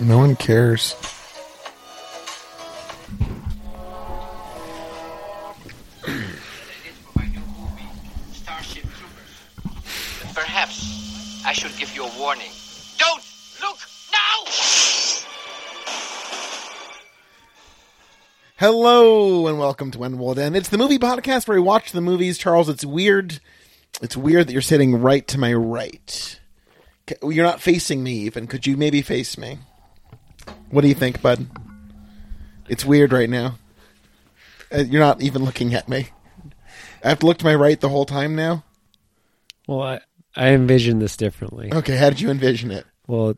one cares. Perhaps I should give you a warning. Don't look now! Hello and welcome to When Will It End. It's the movie podcast where we watch the movies. Charles, it's weird. It's weird that you're sitting right to my right. C- You're not facing me even. Could you maybe face me? What do you think, bud? It's weird right now. Uh, you're not even looking at me. I have to look to my right the whole time now. Well, I, I envisioned this differently. Okay, how did you envision it? Well,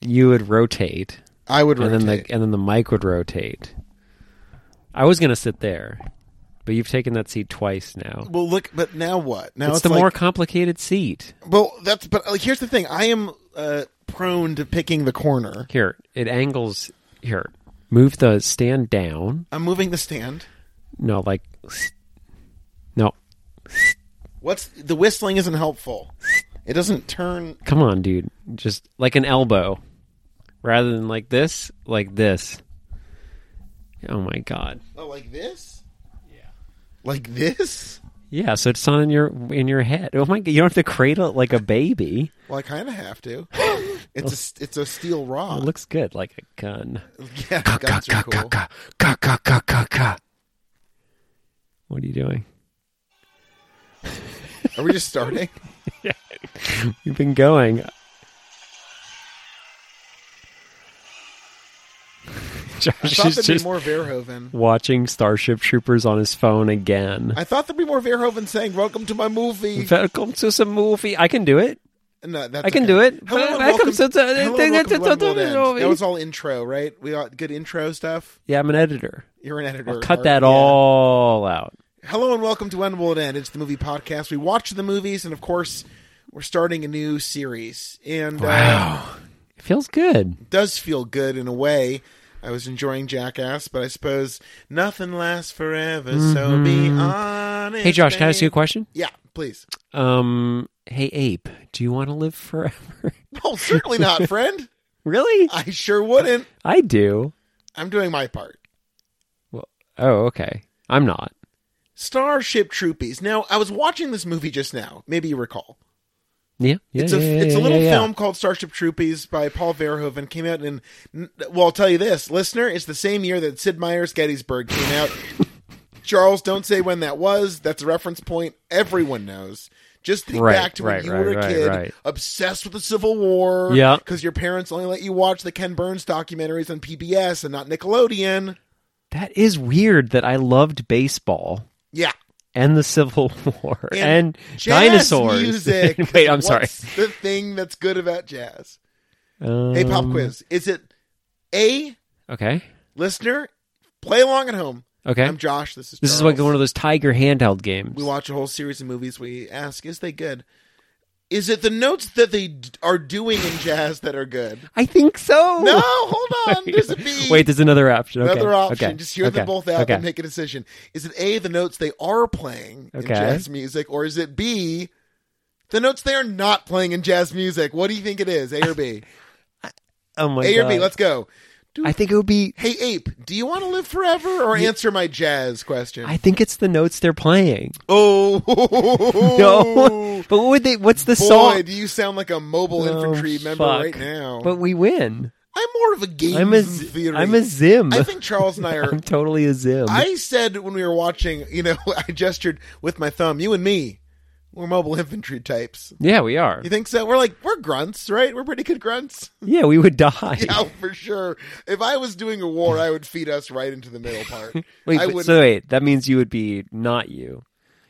you would rotate, I would and rotate. then the and then the mic would rotate. I was gonna sit there, but you've taken that seat twice now. well, look, but now what? Now it's, it's, the like- more complicated seat. Well, that's but like, here's the thing. I am uh, prone to picking the corner. Here, it angles. Here, move the stand down. I'm moving the stand. No, like no. What's the whistling isn't helpful. It doesn't turn. Come on, dude. Just like an elbow, rather than like this, like this. Oh my god. Oh, like this? Yeah. Like this? Yeah, so it's not in your in your head. Oh my! You don't have to cradle it like a baby. Well, I kind of have to. It's a, it's a steel It rod. looks good, like a gun. yeah, guns are cool. What are you doing? Are we just starting? You've been going. I Josh thought is there'd be just more Verhoeven. watching Starship Troopers on his phone again. I thought there'd be more Verhoeven saying "Welcome to my movie." Welcome to some movie. I can do it. No, that's I can okay. do it. Hello and Welcome welcome to the- hello and welcome to the- the- One World End. movie. That was all intro, right? We got good intro stuff. Yeah, I'm an editor. You're an editor. I'll cut Art. that Yeah. all out. Hello and welcome to When Will It End? It's the movie podcast. We watch the movies, and of course, we're starting a new series. And uh, It feels good. it does feel good in a way. I was enjoying Jackass, but I suppose nothing lasts forever. So be honest. Mm-hmm. Hey, Josh, can I ask you a babe. question? Yeah, please. Um, hey ape, do you want to live forever? Oh, certainly not, friend. really? I sure wouldn't. I do. I'm doing my part. Well, oh, okay. I'm not. Starship Troopies. Now, I was watching this movie just now. Maybe you recall. Yeah, yeah, It's a yeah, yeah, it's a yeah, little yeah. film called Starship Troopies by Paul Verhoeven. Came out in well, I'll tell you this, listener, it's the same year that Sid Meier's Gettysburg came out. Charles, don't say when that was. That's a reference point everyone knows. Just think Right, back to when right, you right, were a right, kid, right. obsessed with the Civil War, Yeah. because your parents only let you watch the Ken Burns documentaries on PBS and not Nickelodeon. That is weird that I loved baseball Yeah, and the Civil War and, jazz dinosaurs. music. Wait, I'm What's sorry. The thing that's good about jazz. Um, Hey, pop quiz. Is it A, Okay, listener? Play along at home. okay. I'm Josh. This is this is Charles. like one of those Tiger handheld games. We watch a whole series of movies. We ask, is they good? Is it the notes that they d- are doing in jazz that are good? I think so. No, hold on. There's a B. Wait, there's another option. Okay, another option. okay, Just hear okay, them both out Okay. and make a decision. Is it A, the notes they are playing in Okay. jazz music, or is it B, the notes they are not playing in jazz music? What do you think it is? A or B? oh my a god. or B? Let's go. Do- I think it would be. hey, ape, do you want to live forever, or answer my jazz question? I think it's the notes they're playing. oh No, but what would they? What's the Boy, song? do you sound like a mobile Oh, infantry member fuck. right now. But we win. I'm more of a game I'm a z- theory. I'm a zim. I think Charles and I are. I'm totally a zim. I said when we were watching, you know, I gestured with my thumb. You and me, we're mobile infantry types. yeah, we are. You think so? We're like we're grunts, right? We're pretty good grunts. Yeah, we would die. Yeah, for sure. If I was doing a war, I would feed us right into the middle part. Wait, I but- would. so wait, that means you would be not you.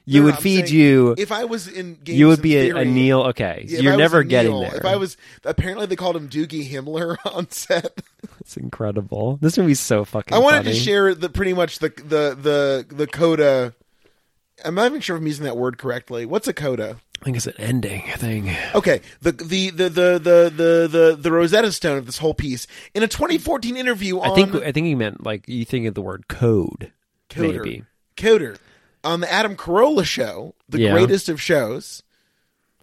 You No, would I'm feed saying you. if I was in games, You would in be a, a theory- Neil. Okay, Yeah, if I you're was never a getting Neil, there. If I was apparently they called him Doogie Himmler on set. it's incredible. This movie's so fucking. I wanted to funny. share the pretty much the the the the coda. I'm not even sure if I'm using that word correctly. What's a coda? I think it's an ending thing. Okay, the the the the the the the, the Rosetta Stone of this whole piece in a 2014 interview on I think. I think he meant like you think of the word code. Coder. Maybe. Coder on the Adam Carolla show, the Yeah. greatest of shows.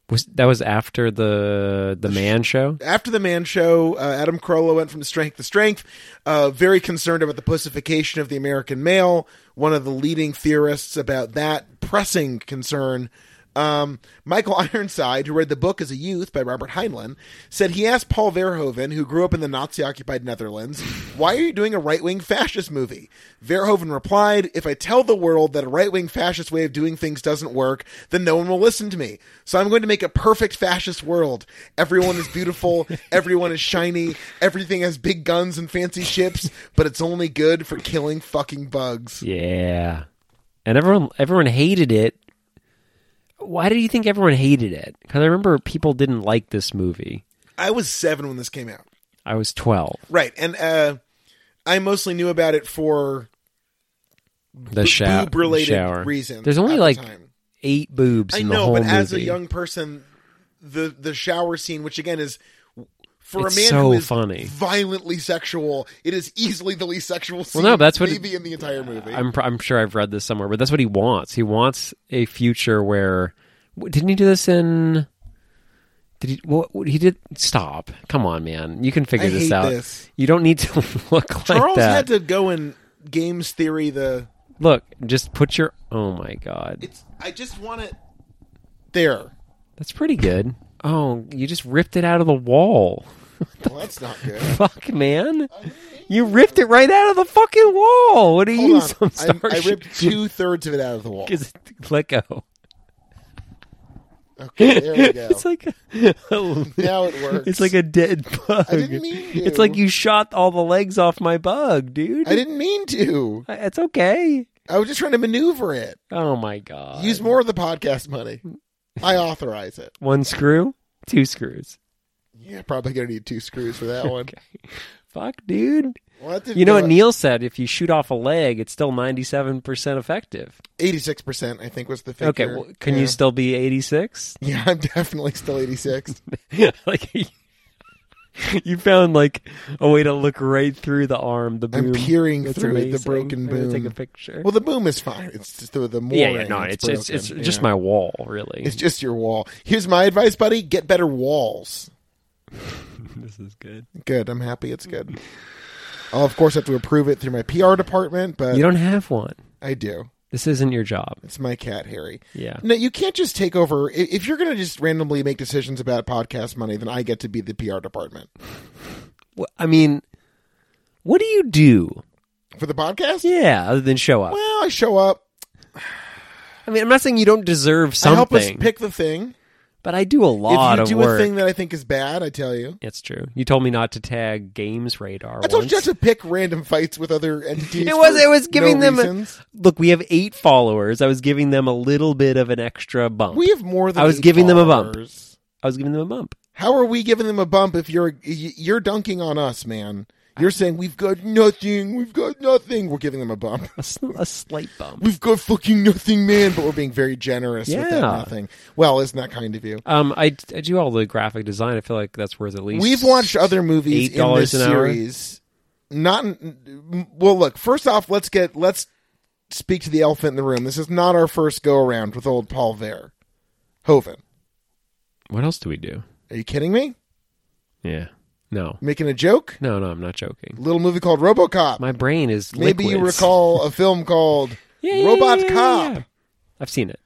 Was that was after the the man show? after the man show, uh, Adam Carolla went from strength to strength, uh, very concerned about the pussification of the American male, one of the leading theorists about that pressing concern. Um, Michael Ironside, who read the book as a youth by Robert Heinlein, said he asked Paul Verhoeven, who grew up in the Nazi occupied Netherlands, Why are you doing a right wing fascist movie? Verhoeven replied, If I tell the world that a right wing fascist way of doing things doesn't work, then no one will listen to me. So I'm going to make a perfect fascist world. Everyone is beautiful, everyone is shiny, everything has big guns and fancy ships, but it's only good for killing fucking bugs. Yeah. And everyone everyone hated it. Why do you think everyone hated it? Because I remember people didn't like this movie. I was seven when this came out. I was twelve. Right. And uh, I mostly knew about it for The shower. boob-related shower. reasons There's only at the like time. eight boobs. I in the know, whole but as a movie. young person, the the shower scene, which again is for It's a man so who is funny. violently sexual, it is easily the least sexual scene. no, that's what- maybe in the entire movie. I'm pr- I'm sure I've read this somewhere, but that's what he wants. He wants a future where w- didn't he do this in? Did he? What, what he did? Stop! Come on, man. You can figure I this hate out. this. You don't need to look like Charles that. had to go and games theory the. Look, just put your. Oh my god, It's I just want it there. that's pretty good. Oh, you just ripped it out of the wall. Well, that's not good. Fuck, man. You ripped it right out of the fucking wall. What are Hold you, on. some I, I starship? ripped two thirds of it out of the wall. Let go. Okay, there we go. It's like a- now it works. It's like a dead bug. I didn't mean to. It's like you shot all the legs off my bug, dude. I didn't mean to. I- It's okay. I was just trying to maneuver it. Oh my god. Use more of the podcast money. I authorize it. one screw, two screws. Yeah, probably gonna need two screws for that one. Fuck, dude. Well, that didn't You know go what Neil said? If you shoot off a leg, it's still ninety-seven percent effective. Eighty-six percent, I think, was the figure. Okay, well, can yeah. you still be eighty-six? Yeah, I'm definitely still eighty-six. like you found like a way to look right through the arm, the boom. I'm peering That's through the amazing. broken I'm gonna boom. take a picture. well, the boom is fine. It's just the the mooring. yeah, yeah, no, it's it's, it's, broken. just Yeah. my wall, really. It's just your wall. Here's my advice, buddy: get better walls. this is good. Good. I'm happy. It's good. I'll of course have to approve it through my PR department, but You don't have one. I do. This isn't your job. It's my cat, Harry. Yeah. No, you can't just take over. i- If you're going to just randomly make decisions about podcast money, then I get to be the PR department Wh- I mean, what do you do? for the podcast. Yeah, other than show up. Well, I show up. I mean, I'm not saying you don't deserve I help us something, pick the thing. but I do a if lot you of do work. a thing that I think is bad, I tell you. it's true. You told me not to tag Games Radar. I told you once. not to pick random fights with other entities. It was. for It was no giving them. A, reasons. look, we have eight followers. I was giving them a little bit of an extra bump. We have more than. I was eight giving them a bump. followers. I was giving them a bump. How are we giving them a bump if you're y- you're dunking on us, man? You're saying we've got nothing. We've got nothing. We're giving them a bump. A, sl- a slight bump. We've got fucking nothing, man. But we're being very generous with that Yeah. nothing. Well, isn't that kind of you? Um, I, I do all the graphic design. I feel like that's worth at least. We've watched other movies in $8 this an hour? series. Not in- well. Look, first off, let's get let's speak to the elephant in the room. This is not our first go around with old Paul Ver Hoven. What else do we do? Are you kidding me? Yeah. No. Making a joke? No. No. I'm not joking. Little movie called RoboCop. My brain is. Maybe you liquids. recall a film called Yeah, yeah, Robot yeah, yeah, Cop. yeah. I've seen it.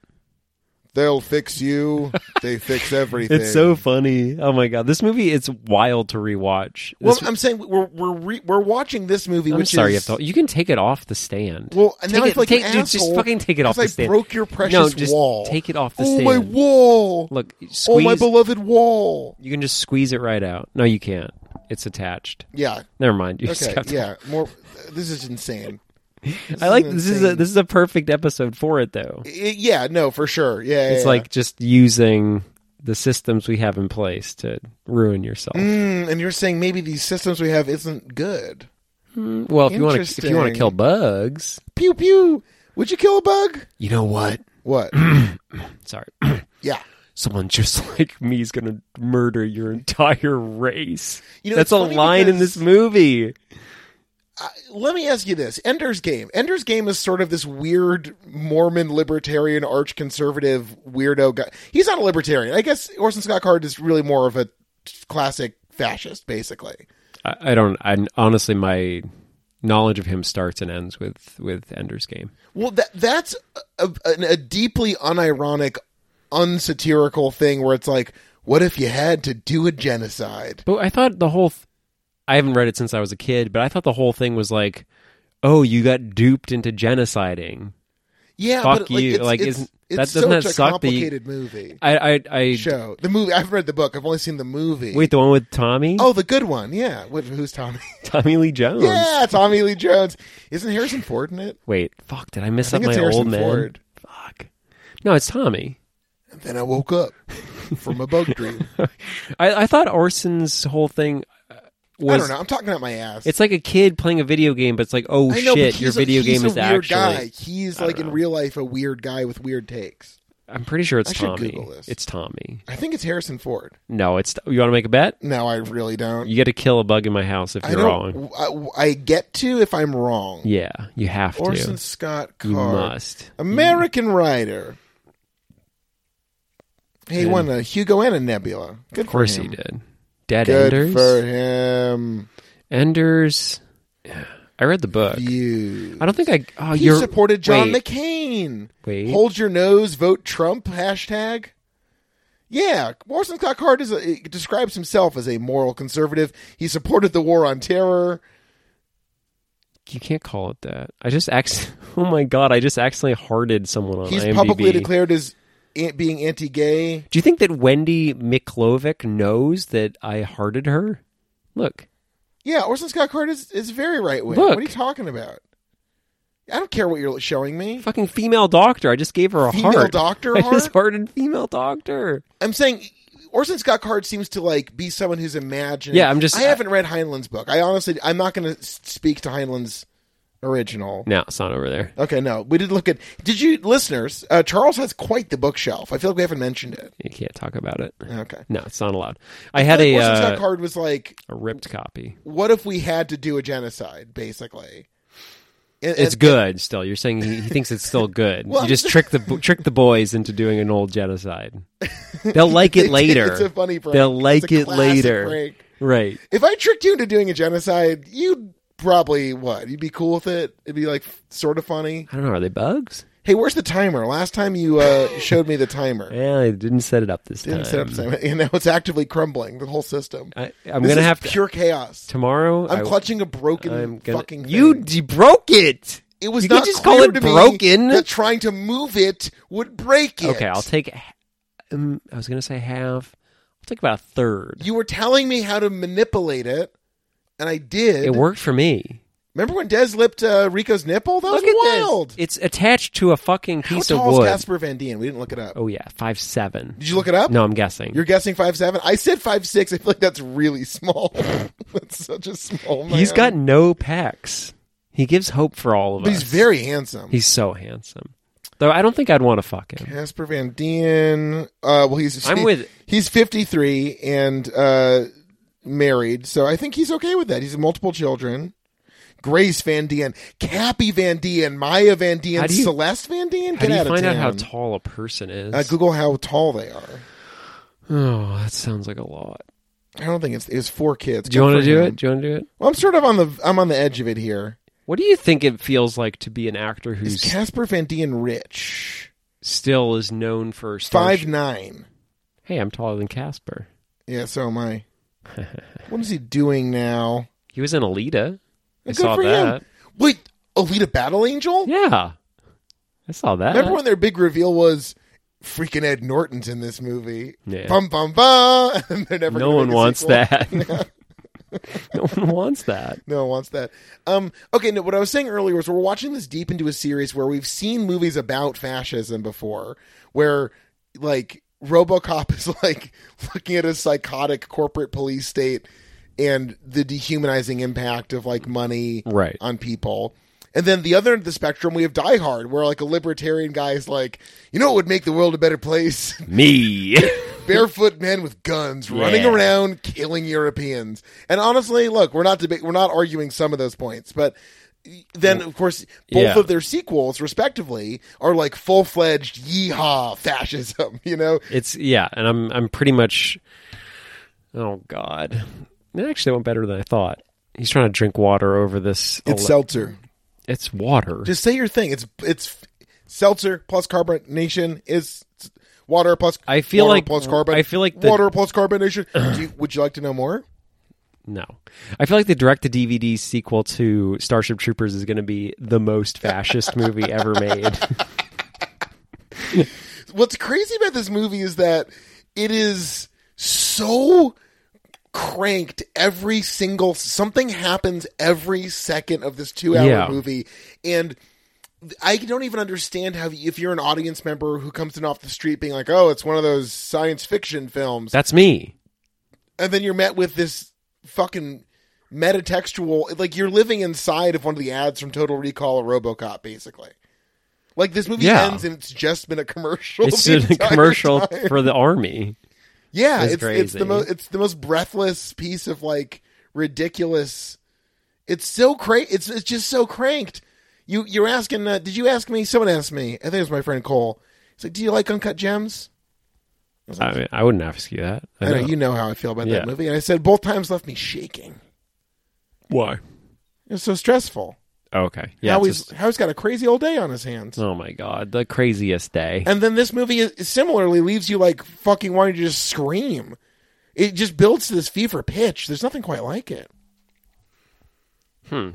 They'll fix you. They fix everything. It's so funny. Oh my god, this movie is wild to rewatch. Well, This- I'm saying we're we're re- we're watching this movie. I'm which sorry. is, you, have to, you can take it off the stand. Well, and now Take I it- feel like take- an dude, just asshole fucking take it off 'cause the I stand. broke your No, precious just wall. take it off the oh, my stand. wall. Look, squeeze. Oh, my beloved wall. You can just squeeze it right out. No, you can't. It's attached. Yeah. Never mind. You just Okay. got to- Yeah. More. This is insane. I like is this is a insane. this is a perfect episode for it though. I- yeah. No, for sure. Yeah. It's like just using the systems we have in place to ruin yourself. Mm, and you're saying maybe these systems we have isn't good. Well, if you want to if you want Interesting. to kill bugs, Pew pew. Would you kill a bug? you know what? What? Sorry. yeah. someone just like me is going to murder your entire race. You know, That's it's a funny line in because- this movie. let me ask you this ender's game ender's game is sort of this weird mormon libertarian arch conservative weirdo guy he's not a libertarian i guess orson scott card is really more of a classic fascist basically I, I don't. I honestly, my knowledge of him starts and ends with with Ender's Game. well that that's a, a, a deeply unironic unsatirical thing where it's like what if you had to do a genocide But I thought the whole. Th- I haven't read it since I was a kid, but I thought the whole thing was like, oh, you got duped into genociding. yeah Fuck but like, you, it's, like, it's, isn't- it's that- doesn't such that a suck that you- complicated movie I I, I show the movie i've read the book i've only seen the movie wait. The one with Tommy. Oh, the good one, yeah. Wh- Who's Tommy? Tommy Lee Jones. Yeah, Tommy Lee Jones. Isn't Harrison Ford in it? Wait, fuck! Did I miss I up think my it's old Harrison man? Ford. Fuck. No, it's Tommy. And then I woke up from a bug dream. I, I thought Orson's whole thing uh, was I don't know. I'm talking out my ass. It's like a kid playing a video game, but it's like, oh I know, but shit, he's your a- video he's game a is weird actually. guy. He's I don't like in know. real life a weird guy with weird takes. I'm pretty sure it's I should Tommy. Google this. It's Tommy. I think it's Harrison Ford. No, it's. You want to make a bet? No, I really don't. You got to kill a bug in my house if I you're don't. wrong. I, I get to if I'm wrong. Yeah, you have Orson to. Scott Card, You must. American writer. He won a Hugo and a Nebula. Good Of course for he him. did. Dead Good Enders. for him. Enders. I read the book. You. I don't think I. Oh, He you're supported John wait, McCain. Wait. Hold your nose, vote Trump. Hashtag. Yeah, Morrison Scott Card is a, he describes himself as a moral conservative. He supported the war on terror. You can't call it that. I just acc- Oh my god! I just accidentally hearted someone on He's IMDb. publicly declared as an- being anti-gay. Do you think that Wendy Miklovic knows that I hearted her? Look, Yeah, Orson Scott Card is, is very right wing. Look. What are you talking about? I don't care what you're showing me. fucking female doctor. I just gave her a Female heart. doctor I just heart? hearted female doctor. I'm saying Orson Scott Card seems to like be someone who's imagining. Yeah, I'm just- I haven't read Heinlein's book. I honestly, I'm not going to speak to Heinlein's original. No, it's not over there. Okay, no, we did look at. Did you listeners? Uh, Charles has quite the bookshelf. I feel like we haven't mentioned it. You can't talk about it. Okay, No, it's not allowed. I had a, Orson Scott uh, Card was like, a ripped Mm-hmm. copy. "What if we had to do a genocide?" Basically, And- It's and- good still. You're saying he, he thinks it's still good. Well, you just trick the bo- trick the boys into doing an old genocide. They'll like it later. It's a funny prank. They'll like It's a it classic later. prank. Right. If I tricked you into doing a genocide, you'd probably what? You'd be cool with it. It'd be like sort of funny. I don't know. Are they bugs? Hey, where's the timer? Last time you uh, showed me the timer. Yeah, I didn't set it up this Didn't time. set up the timer, and now it's actively crumbling. The whole system. I, I'm This gonna is have to pure chaos. tomorrow. I'm I- clutching a broken I'm gonna- fucking. You thing. d- broke it. It was you not can't just call clear it to me broken. That trying to move it would break it. Okay, I'll take. h- Um, I was gonna say half. I'll take about a third. you were telling me how to manipulate it, and I did. It worked for me. Remember when Des lipped uh, Rico's nipple? That Look was at wild. this. It's attached to a fucking How piece of tall wood. is Casper Van Dien? We didn't look it up. Oh yeah, five seven. Did you look it up? No, I'm guessing. You're guessing five seven. I said five six. I feel like that's really small. that's such a small man. he's got no pecs. He gives hope for all of uh, But us. he's very handsome. He's so handsome. Though I don't think I'd want to fuck him. Casper Van Dien. Uh, well, he's I'm he- with- He's 53 and uh, married, so I think he's okay with that. He's multiple children. Grace Van Dien, Cappy Van Dien, Maya Van Dien, How do you- Celeste Van Dien. How Get do you out of find out town. how tall a person is? uh, Google how tall they are. oh, that sounds like a lot. I don't think it's it's four kids. Do you want to do it? it? Do you want to do it? Well, I'm sort of on the I'm on the edge of it here. What do you think it feels like to be an actor Is who's Casper Van Dien rich? still is known for Five starship- nine. Hey, I'm taller than Casper. Yeah, so am I. what is he doing now? He was in Alita. I Good saw for that. him. Wait, Alita Battle Angel? Yeah, I saw that. Remember when their big reveal was freaking Ed Norton's in this movie? Yeah. Bum bum bum. And they're never no gonna one make a wants sequel. that. no one wants that. No one wants that. Um, okay, no, what I was saying earlier was we're watching this deep into a series where we've seen movies about fascism before, where like RoboCop is like looking at a psychotic corporate police state and the dehumanizing impact of like money Right. on people. And then the other end of the spectrum, we have Die Hard, where like a libertarian guy is like, you know what would make the world a better place? Me. barefoot men with guns running Yeah. around killing Europeans. And honestly, look, we're not deba- we're not arguing some of those points, but then of course both Yeah. of their sequels respectively are like full-fledged yeehaw fascism, you know? It's yeah, and I'm I'm pretty much. Oh God, it actually went better than I thought. He's trying to drink water over this. It's seltzer. it's water. Just say your thing. It's it's seltzer plus carbonation is water plus I feel water like- plus carbon. I feel like the- water plus carbonation. Do you, would you like to know more? no, I feel like the direct to DVD sequel to Starship Troopers is going to be the most fascist movie ever made. what's crazy about this movie is that it is so cranked every single something happens every second of this two hour Yeah. movie and I don't even understand how if you're an audience member who comes in off the street being like, "Oh, it's one of those science fiction films," That's me. and then you're met with this fucking metatextual, like you're living inside of one of the ads from Total Recall or RoboCop, basically. Like this movie Yeah. ends and it's just been a commercial. It's the a entire commercial time. for the army. Yeah, It's it's it's the crazy. most it's the most breathless piece of like ridiculous. It's so crank. It's it's just so cranked. You you're asking? Uh, did you ask me? Someone asked me. I think it was my friend Cole. He's like, "Do you like uncut gems?" I, mean, I wouldn't ask you that. I I know. know. you know how I feel about Yeah. that movie. And I said both times left me shaking. Why? It's so stressful. Oh, okay. Yeah. Yeah, how it's he's just- how he's got a crazy old day on his hands. oh my God, the craziest day. And then this movie is, similarly leaves you like fucking wanting to just scream. It just builds to this fever pitch. There's nothing quite like it.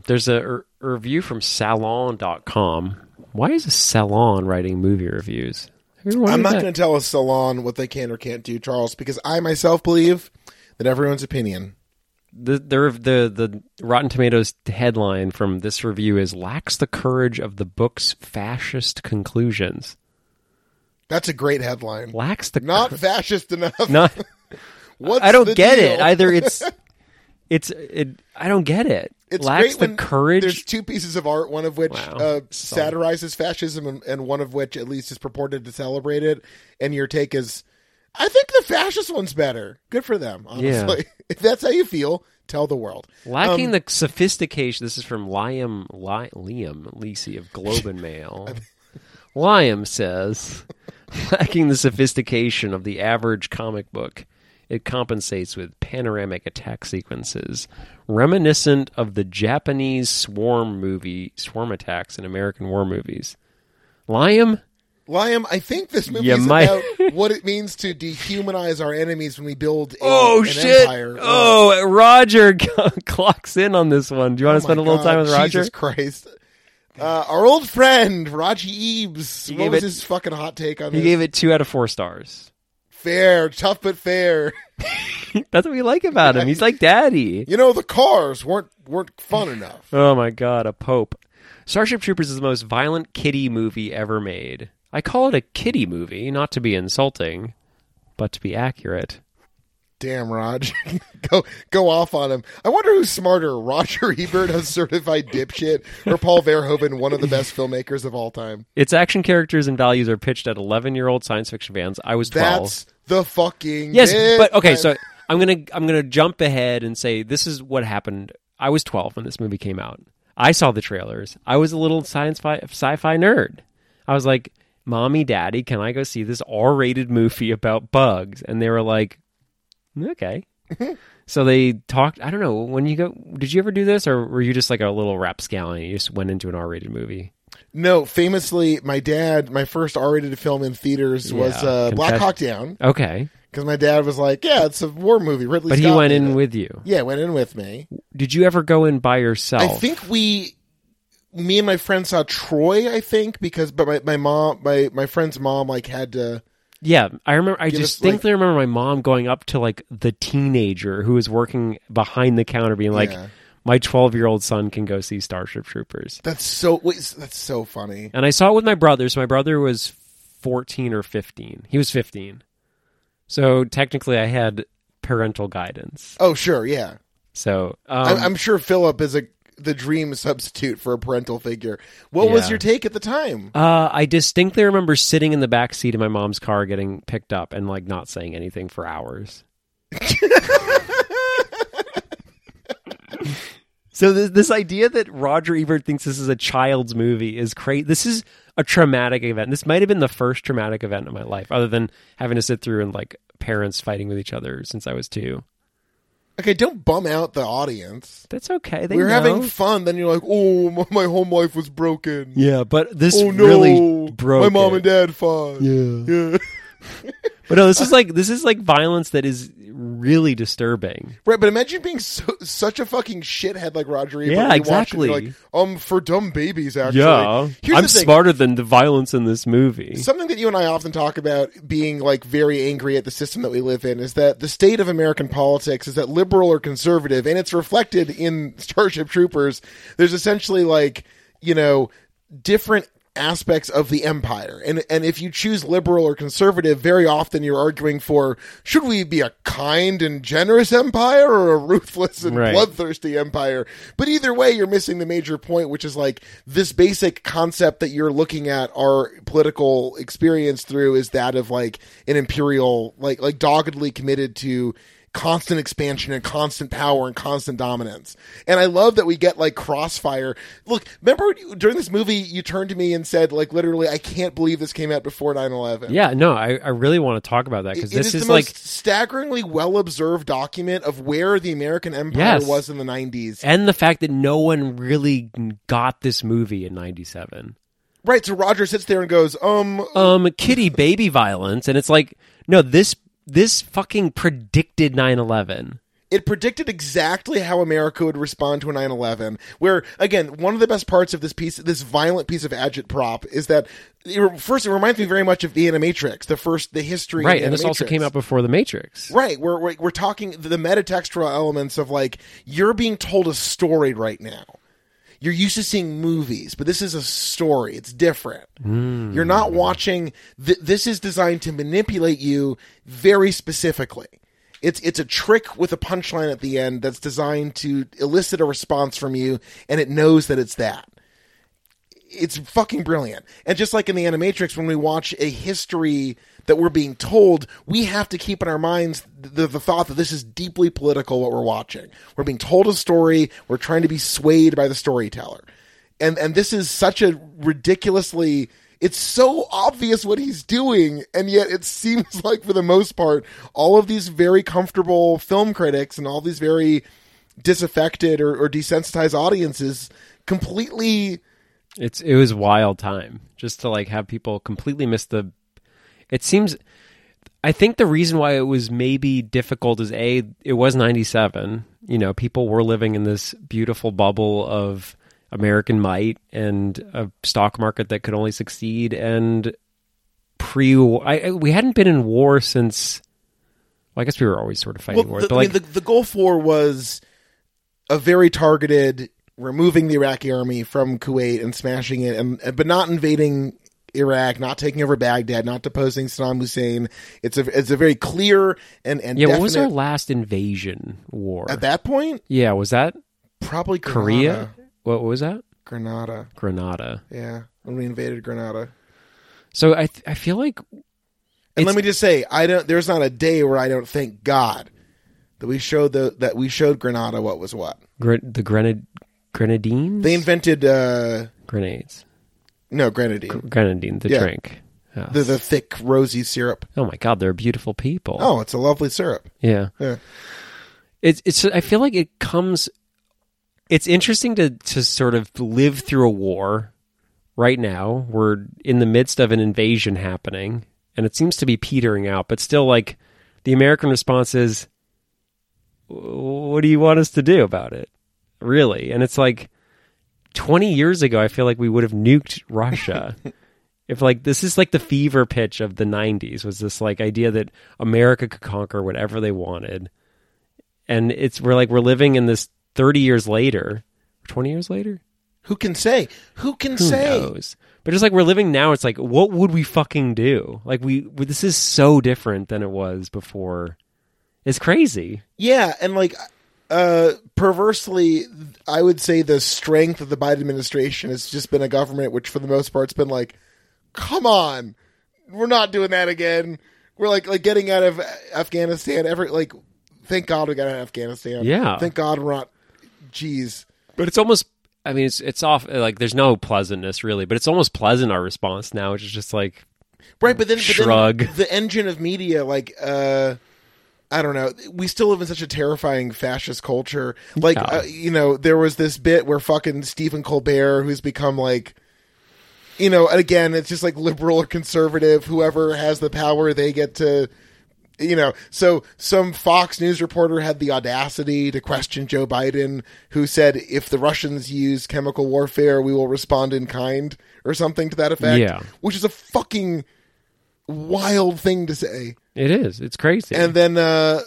There's a, r- a review from salon.com. Why is a salon writing movie reviews? I'm not going to tell a salon what they can or can't do, Charles, because I myself believe that everyone's opinion. the, the rev- the the Rotten Tomatoes headline from this review is lacks the courage of the book's fascist conclusions. That's a great headline. Lacks the Not fascist enough. not What's I the don't get it. deal? Either it's it's it I don't get it. It's lacks great the when There's courage. two pieces of art, one of which Wow. uh, satirizes fascism, and, and one of which at least is purported to celebrate it. And your take is, I think the fascist one's better. Good for them, honestly. if that's how you feel, tell the world. Um, Lacking the sophistication. This is from Liam Li- Liam Lisi of Globe and Mail. Liam says, lacking the sophistication of the average comic book, it compensates with panoramic attack sequences reminiscent of the Japanese swarm movie swarm attacks in American war movies. Liam, Liam, I think this movie You is might- about what it means to dehumanize our enemies when we build a, oh an shit! empire. Oh, Roger clocks in on this one. Do you want to Oh, my spend a little God, time with Roger? Jesus Christ. Uh, our old friend, Raji Eames. what gave was it- his fucking hot take on He this? gave it two out of four stars. fair, tough but fair. That's what we like about him. He's like daddy. You know, the cars weren't weren't fun enough. Oh my god, a pope. Starship Troopers is the most violent kitty movie ever made. I call it a kitty movie, not to be insulting, but to be accurate. Damn, Raj. go go off on him. I wonder who's smarter, Roger Ebert, a certified dipshit, or Paul Verhoeven, one of the best filmmakers of all time. Its action characters and values are pitched at 11-year-old science fiction fans. I was 12. That's the fucking yes, bit. but okay, I'm- so I'm going to I'm going to jump ahead and say this is what happened. I was 12 when this movie came out. I saw the trailers. I was a little science fi- sci-fi nerd. I was like, "Mommy, Daddy, can I go see this R-rated movie about bugs?" And they were like, "Okay." so they talked. I don't know when you go. Did you ever do this, or were you just like a little rapscallion? You just went into an R-rated movie. No, famously, my dad, my first R-rated film in theaters was Yeah, uh, Black Confess- Hawk Down Okay, because my dad was like, "Yeah, it's a war movie." Ridley, but he Scott went made in it. with you. yeah, went in with me. Did you ever go in by yourself? I think we, me and my friend saw Troy. I think because, but my, my mom, my my friend's mom, like had to. Yeah, I remember. I Give us, like- distinctly remember my mom going up to like the teenager who was working behind the counter, being like, Yeah. "My twelve-year-old son can go see Starship Troopers." That's so. Wait, that's so funny. And I saw it with my brother. So my brother was fourteen or fifteen. He was fifteen, so technically I had parental guidance. Oh, sure, yeah. So um, I'm, I'm sure Philip is a the dream substitute for a parental figure. What was Yeah. your take at the time? Uh, I distinctly remember sitting in the back seat of my mom's car getting picked up and like not saying anything for hours. so this, this idea that Roger Ebert thinks this is a child's movie is crazy. This is a traumatic event. This might have been the first traumatic event in my life, other than having to sit through and like parents fighting with each other since I was two. Okay, don't bum out the audience. That's okay. They We were know. having fun, then you're like, "Oh, my, my home life was broken." yeah, but this Oh no, really broke my mom it. and dad fought. Yeah. But no, this is like this is like violence that is really disturbing. Right, but imagine being so, such a fucking shithead like Roger Ebert. Yeah, You watch it and you're exactly. like, um, for dumb babies, actually. Here's I'm the thing. smarter than the violence in this movie. Something that you and I often talk about being like very angry at the system that we live in is that the state of American politics is that liberal or conservative, and it's reflected in Starship Troopers. There's essentially like, you know, different aspects of the empire. And and if you choose liberal or conservative, very often you're arguing for should we be a kind and generous empire or a ruthless and Right. bloodthirsty bloodthirsty empire. But either way, you're missing the major point, which is like this basic concept that you're looking at our political experience through is that of like an imperial, like like doggedly committed to constant expansion and constant power and constant dominance. And I love that we get like crossfire. Look, remember when you- during this movie you turned to me and said like literally I can't believe this came out before 9/11. yeah, no, I, I really want to talk about that because It this is, is, the like most staggeringly well observed document of where the American Empire Yes. was in the 90s. and the fact that no one really got this movie in 97. Right, so Roger sits there and goes, um, Um kitty baby violence and it's like no, this this fucking predicted 9/11. it predicted exactly how America would respond to a 9-11, where, again, one of the best parts of this piece, this violent piece of agitprop, is that, it, re- first, it reminds me very much of The Animatrix, the first, the history of Right, The and this also Animatrix. came out before The Matrix. Right, we're, we're, we're talking the metatextual elements of, like, you're being told a story right now. You're used to seeing movies, but this is a story. It's different. You're not watching. Th- this is designed to manipulate you very specifically. It's it's a trick with a punchline at the end that's designed to elicit a response from you, and it knows that it's that. It's fucking brilliant. And just like in the Animatrix, when we watch a history that we're being told, we have to keep in our minds the, the thought that this is deeply political what we're watching. We're being told a story, we're trying to be swayed by the storyteller and and this is such a ridiculously it's so obvious what he's doing and yet it seems like for the most part all of these very comfortable film critics and all these very disaffected or, or desensitized audiences completely It's it was wild time just to like have people completely miss the. It seems, I think the reason why it was maybe difficult is a it was ninety seven. You know, people were living in this beautiful bubble of American might and a stock market that could only succeed and pre. I, I- we hadn't been in war since. Well, I guess we were always sort of fighting wars, the, but I like mean, the, the Gulf War was a very targeted removing the Iraqi army from Kuwait and smashing it, and but not invading Iraq, not taking over Baghdad, not deposing Saddam Hussein. It's a it's a very clear and and yeah, definite, what was our last invasion war? at that point yeah, was that probably Korea? What, what was that? Granada, Granada. Granada. yeah, when we invaded Granada. So I th- I feel like And It's- let me just say, I don't. There's not a day where I don't thank God that we showed the that we showed Granada what was what. gre- the grenad grenadines They invented uh grenades no grenadine. grenadine the Yeah. drink. Oh. the, the thick rosy syrup. oh my god, they're beautiful people. Oh, it's a lovely syrup. Yeah. Yeah. It's it's I feel like it comes it's interesting to to sort of live through a war right now. We're in the midst of an invasion happening and it seems to be petering out, but still like the American response is what do you want us to do about it? Really? And it's like 20 years ago I feel like we would have nuked Russia. if like this is like the fever pitch of the 90s was this like idea that America could conquer whatever they wanted and it's we're like we're living in this 30 years later 20 years later Who can say? Who can who say? knows but just like we're living now it's like what would we fucking do like we this is so different than it was before it's crazy Yeah, and like uh, perversely, I would say the strength of the Biden administration has just been a government which, for the most part, has been like, "Come on, we're not doing that again." We're like like getting out of Afghanistan. Every like, thank God we got out of Afghanistan. Yeah. thank God we're not. Jeez, But it's almost. I mean, it's it's off. Like, there's no pleasantness really, but it's almost pleasant our response now, which is just like right? But then, but then Shrug. the engine of media, like. uh I don't know. We still live in such a terrifying fascist culture. Like, Yeah. uh, you know, there was this bit where fucking Stephen Colbert, who's become like, you know, and again, it's just like liberal or conservative, whoever has the power, they get to, you know. So some Fox News reporter had the audacity to question Joe Biden, who said, if the Russians use chemical warfare, we will respond in kind or something to that effect. Yeah. Which is a fucking wild thing to say. it is. It's crazy. And then uh,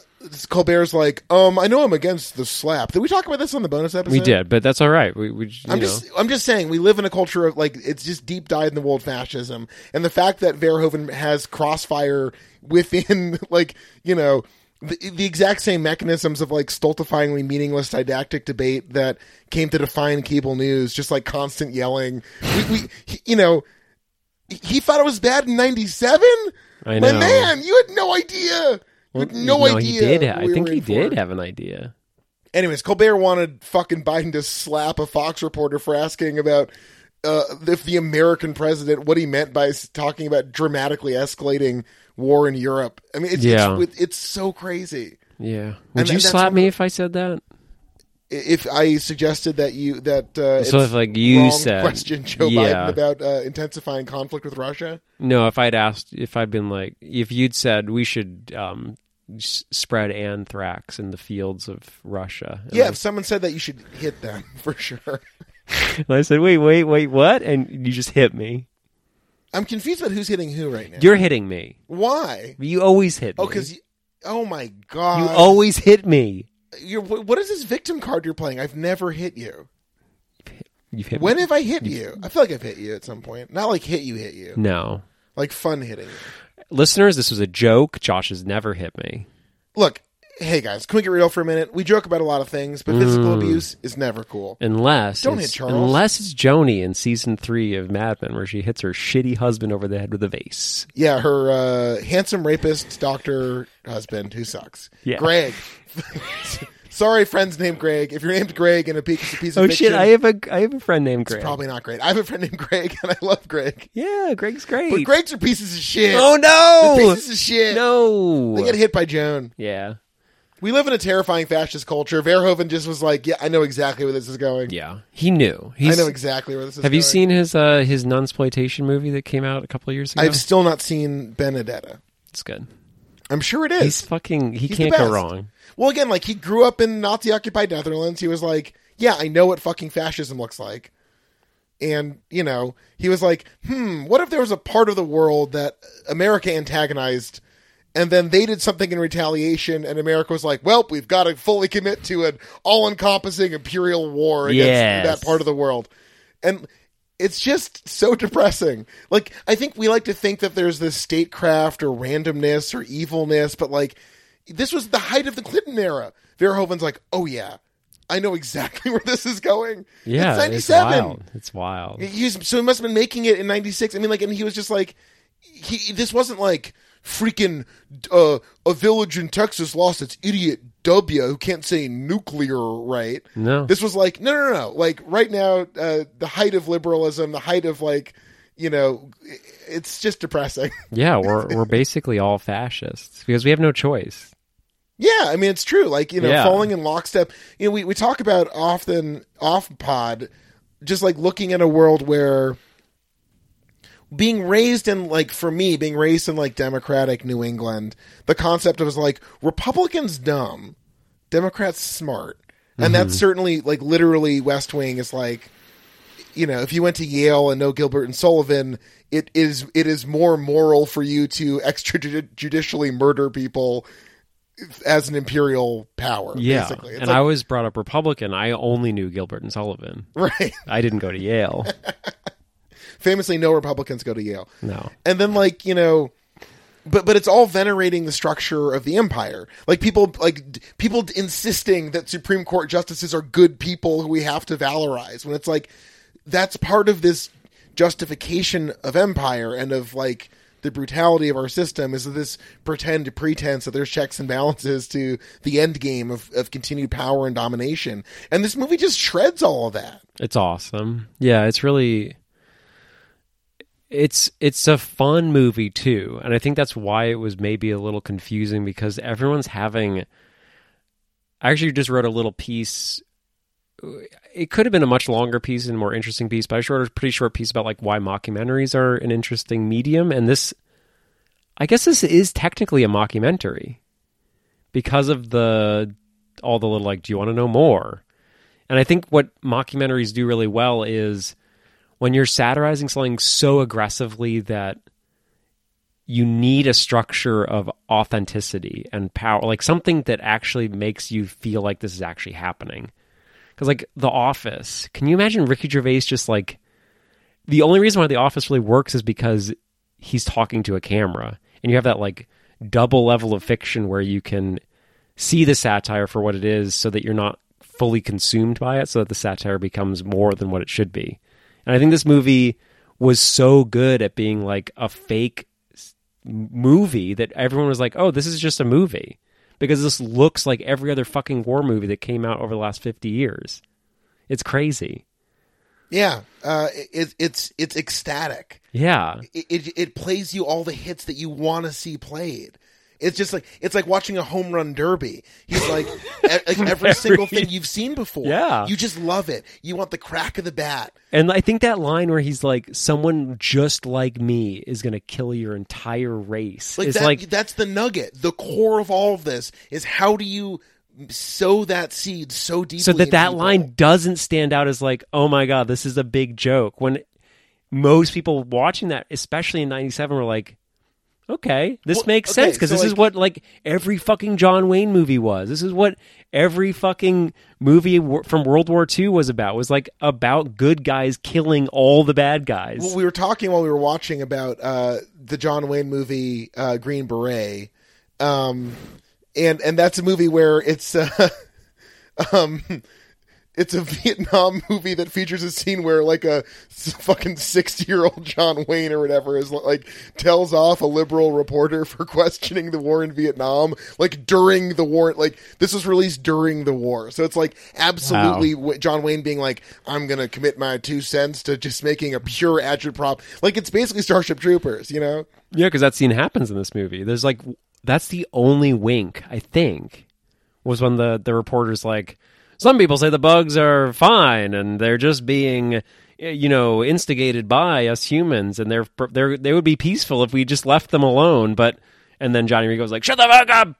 Colbert's like, um, I know I'm against the slap. Did we talk about this on the bonus episode? we did, but that's all right. We we just, you I'm know. just, I'm just saying, we live in a culture of like it's just deep dyed in the world fascism, and the fact that Verhoeven has crossfire within, like you know, the, the exact same mechanisms of like stultifyingly meaningless didactic debate that came to define cable news, just like constant yelling. we, we he- you know, he- he thought it was bad in '97. I My know. man, you had no idea. You had no, idea. He did. ha- what I we think were he in for. did have an idea. Anyways, Colbert wanted fucking Biden to slap a Fox reporter for asking about uh, if the American president what he meant by s- talking about dramatically escalating war in Europe. I mean, it's Yeah. it's, it's, it's so crazy. Yeah. And Would then you that's slap when- me if I said that? I- If I suggested that you that uh, So it's if, like, you wrong said- question Joe yeah. Biden about uh, intensifying conflict with Russia, No. If I'd asked, if I'd been like, if you'd said we should um, s- spread anthrax in the fields of Russia. And yeah, I if someone said that, you should hit them for sure. And I said, wait, wait, wait, what? And you just hit me. I'm confused about who's hitting who right now. You're hitting me. Why? You always hit me. Oh, because oh my you god, always hit me. You're, wh- what is this victim card you're playing? I've never hit you. You've hit When me. have I hit you? I feel like I've hit you at some point. Not like hit you, hit you. No. Like fun hitting you. Listeners, this was a joke. Josh has never hit me. Look, hey guys, can we get real for a minute? We joke about a lot of things, but physical Mm. abuse is never cool. Unless Don't it's- hit Charles. Unless it's Joni in season three of Mad Men, where she hits her shitty husband over the head with a vase. Yeah, her uh, handsome rapist doctor husband who sucks. Yeah. Greg. Sorry, friend's named Greg. If you're named Greg in a piece, a piece of Oh fiction, shit! I have a I have a friend named Greg. probably not great. I have a friend named Greg, and I love Greg. yeah, Greg's great. But Gregs are pieces of shit. oh They're no! pieces of shit. No. They get hit by Joan. yeah. We live in a terrifying fascist culture. Verhoeven just was like, "Yeah, I know exactly where this is going. Yeah. He knew. I He's, know exactly where this is." Have you going. seen his uh his nunsploitation movie that came out a couple of years ago? I've still not seen Benedetta. it's good. I'm sure it is. He's fucking. He He's the can't go best. wrong. Well, again, like he grew up in Nazi-occupied Netherlands. He was like, "Yeah, I know what fucking fascism looks like." And you know, he was like, "Hmm, what if there was a part of the world that America antagonized?" And then they did something in retaliation, and America was like, "Well, we've got to fully commit to an all-encompassing imperial war against Yes. that part of the world." And it's just so depressing. Like I think we like to think that there's this statecraft or randomness or evilness, but like this was the height of the Clinton era. Verhoeven's like, "Oh yeah, I know exactly where this is going." Yeah, it's it's 97. wild. It's wild. He's, so he must have been making it in '96. I mean, like, and he was just like, he. This wasn't like freaking uh, a village in Texas lost its idiot W who can't say nuclear right. No. this was like no, no, no, no. Like right now, uh, the height of liberalism, the height of like, you know, i- it's just depressing. Yeah, we're we're basically all fascists because we have no choice. Yeah, I mean it's true. Like you know, Yeah. falling in lockstep. You know, we we talk about often off pod, just like looking at a world where being raised in like for me being raised in like democratic New England, the concept was like Republicans dumb, Democrats smart, Mm-hmm. and that's certainly like literally West Wing is like. You know, if you went to Yale and know Gilbert and Sullivan, it is it is more moral for you to extrajudicially murder people as an imperial power. Yeah, basically. It's and like- I was brought up Republican. I only knew Gilbert and Sullivan. right. I didn't go to Yale. Famously, no Republicans go to Yale. No. And then, like you know, but but it's all venerating the structure of the empire like people like d- people d- insisting that supreme court justices are good people who we have to valorize when it's like that's part of this justification of empire and of like the brutality of our system is this pretend pretense that there's checks and balances to the end game of, of continued power and domination and this movie just shreds all of that It's awesome. Yeah, it's really it's it's a fun movie too. And I think that's why it was maybe a little confusing because everyone's having I actually just wrote a little piece it could have been a much longer piece and more interesting piece, but I just wrote a pretty short piece about like why mockumentaries are an interesting medium and this I guess this is technically a mockumentary because of the all the little like do you want to know more? And I think what mockumentaries do really well is when you're satirizing something so aggressively that you need a structure of authenticity and power, like something that actually makes you feel like this is actually happening. Because, like, The Office, can you imagine Ricky Gervais just like the only reason why The Office really works is because he's talking to a camera, and you have that like double level of fiction where you can see the satire for what it is, so that you're not fully consumed by it, so that the satire becomes more than what it should be. And I think this movie was so good at being like a fake s- movie that everyone was like, "Oh, this is just a movie." Because this looks like every other fucking war movie that came out over the last 50 years. It's crazy. yeah uh it, it's it's ecstatic Yeah. it, it it plays you all the hits that you want to see played. It's just like it's like watching a home run derby. He's like, e- like every single thing you've seen before. Yeah. you just love it. You want the crack of the bat. And I think that line where he's like, "Someone just like me is going to kill your entire race," Like, is that, like, that's the nugget. The core of all of this is how do you sow that seed so deeply so that in that people? line doesn't stand out as like, "Oh my god, this is a big joke." When most people watching that, especially in '97, were like, "Okay, this Well, makes okay, sense because so, this is like- what like every fucking John Wayne movie was. This is what every fucking movie wor- from World War II was about. Was like about good guys killing all the bad guys." Well, we were talking while we were watching about uh, the John Wayne movie uh, Green Beret, um, and and that's a movie where it's uh, um, it's a Vietnam movie that features a scene where like a s- fucking sixty year old John Wayne or whatever is like tells off a liberal reporter for questioning the war in Vietnam, like during the war. Like this was released during the war, so it's like absolutely w- John Wayne being like, "I'm gonna commit my two cents to just making a pure agitprop." Like it's basically Starship Troopers, you know. Yeah, because that scene happens in this movie. There's like that's the only wink I think was when the the reporter's like, some people say the bugs are fine and they're just being you know instigated by us humans and they're they're they would be peaceful if we just left them alone. But and then Johnny Rico's like, shut the fuck up,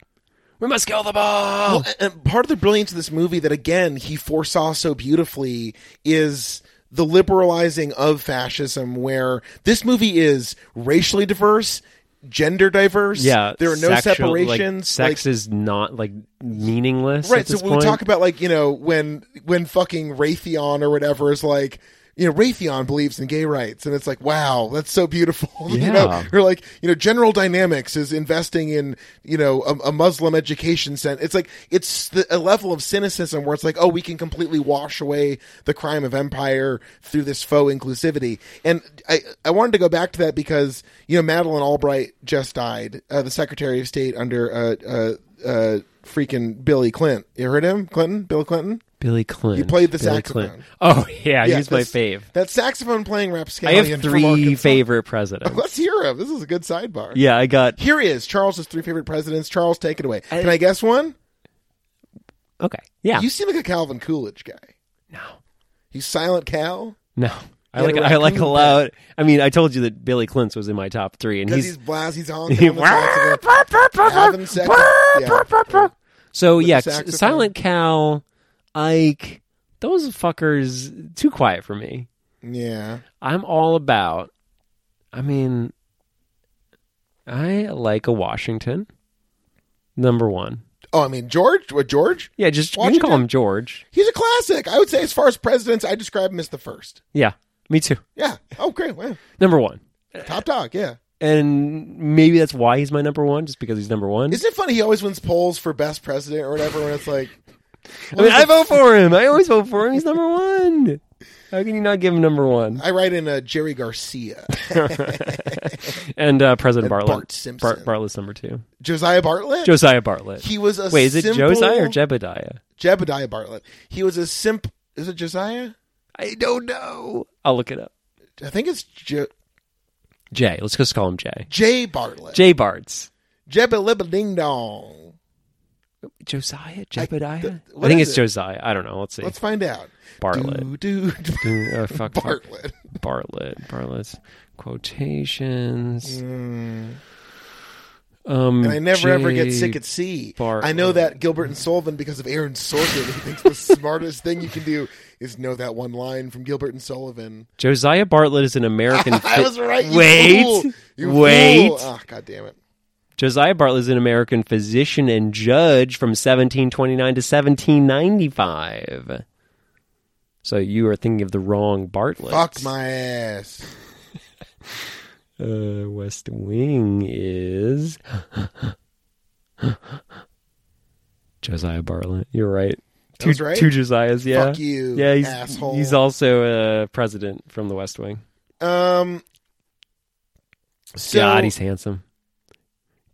we must kill the bug. Well, and- and part of the brilliance of this movie that again he foresaw so beautifully is the liberalizing of fascism where this movie is racially diverse gender diverse yeah, there are no sexual- like, separations like- sex is not like meaningless. right at this so when we point. talk about like you know when when fucking raytheon or whatever is like you know raytheon believes in gay rights and it's like wow that's so beautiful you know Yeah. or like you know general dynamics is investing in you know a, a muslim education center it's like it's the, a level of cynicism where it's like oh we can completely wash away the crime of empire through this faux inclusivity and i i wanted to go back to that because you know madeline albright just died uh, the secretary of state under uh uh uh freaking billy clinton you heard him clinton bill clinton Billy Clinton, played the Billy saxophone. Clinton. Oh yeah, Yeah, he's my that's- fave. that saxophone playing I rapscallion from have three Arkansas. favorite presidents. let's hear him this is a good sidebar Yeah, I got Here he is, Charles's three favorite presidents. Charles, take it away. Can I guess one? okay. Yeah, You seem like a Calvin Coolidge guy. no, You silent Cal? no. I You like had a I like a raccoon loud. I mean, I told you that Billy Clint's was in my top three, and Because he's, he's, blast, he's honking on the saxophone. Having sex. Yeah. so yeah. the saxophone. Silent Cal, Ike, those fuckers too quiet for me. yeah. I'm all about. I mean, I like a Washington. Number one, Oh, I mean, George? What, George? yeah. Just you can call Washington. him George. He's a classic. I would say, as far as presidents, I describe him as the first. Yeah, me too. Yeah. Oh, great. Wow. Number one. Top dog. Yeah. and maybe that's why he's my number one, just because he's number one. Isn't it funny he always wins polls for best president or whatever? And it's like, I mean, I vote for him. I always vote for him. He's number one. How can you not give him number one? I write in a Jerry Garcia, And uh, President Bartlett. Bart Simpson. Bartlett's number two. Josiah Bartlett. Josiah Bartlett. he was a Wait, is it simple- Josiah or Jebediah? Jebediah Bartlett? He was a simp. Is it Josiah? I don't know. I'll look it up. I think it's J. Jay. Let's just call him Jay. J. Bartlett. Jay Bart's. Jebelibba Ding Dong. Josiah? Jebediah? I, what think is it's it? Josiah. I don't know. Let's see. Let's find out. Bartlett. Do, do. Mm, oh, fuck, fuck. Bartlett. Bartlett. Bartlett's quotations. Um, Hmm. And I never ever get Jay- sick at sea. Bartlett. I know that Gilbert and Sullivan because of Aaron Sorkin. He thinks the smartest thing you can do is know that one line from Gilbert and Sullivan. Josiah Bartlett is an American. I fi- was right. You Wait, fool. You wait. Fool. Ah, God damn it. Josiah Bartlett is an American physician and judge from 1729 to 1795. So you are thinking of the wrong Bartlett. Fuck my ass. Uh, West Wing is Josiah Bartlett. You're right. That Two, was right? two Josiahs. Yeah. Fuck you, Yeah, he's, asshole. He's also uh, president from the West Wing. Um. So, God, he's handsome.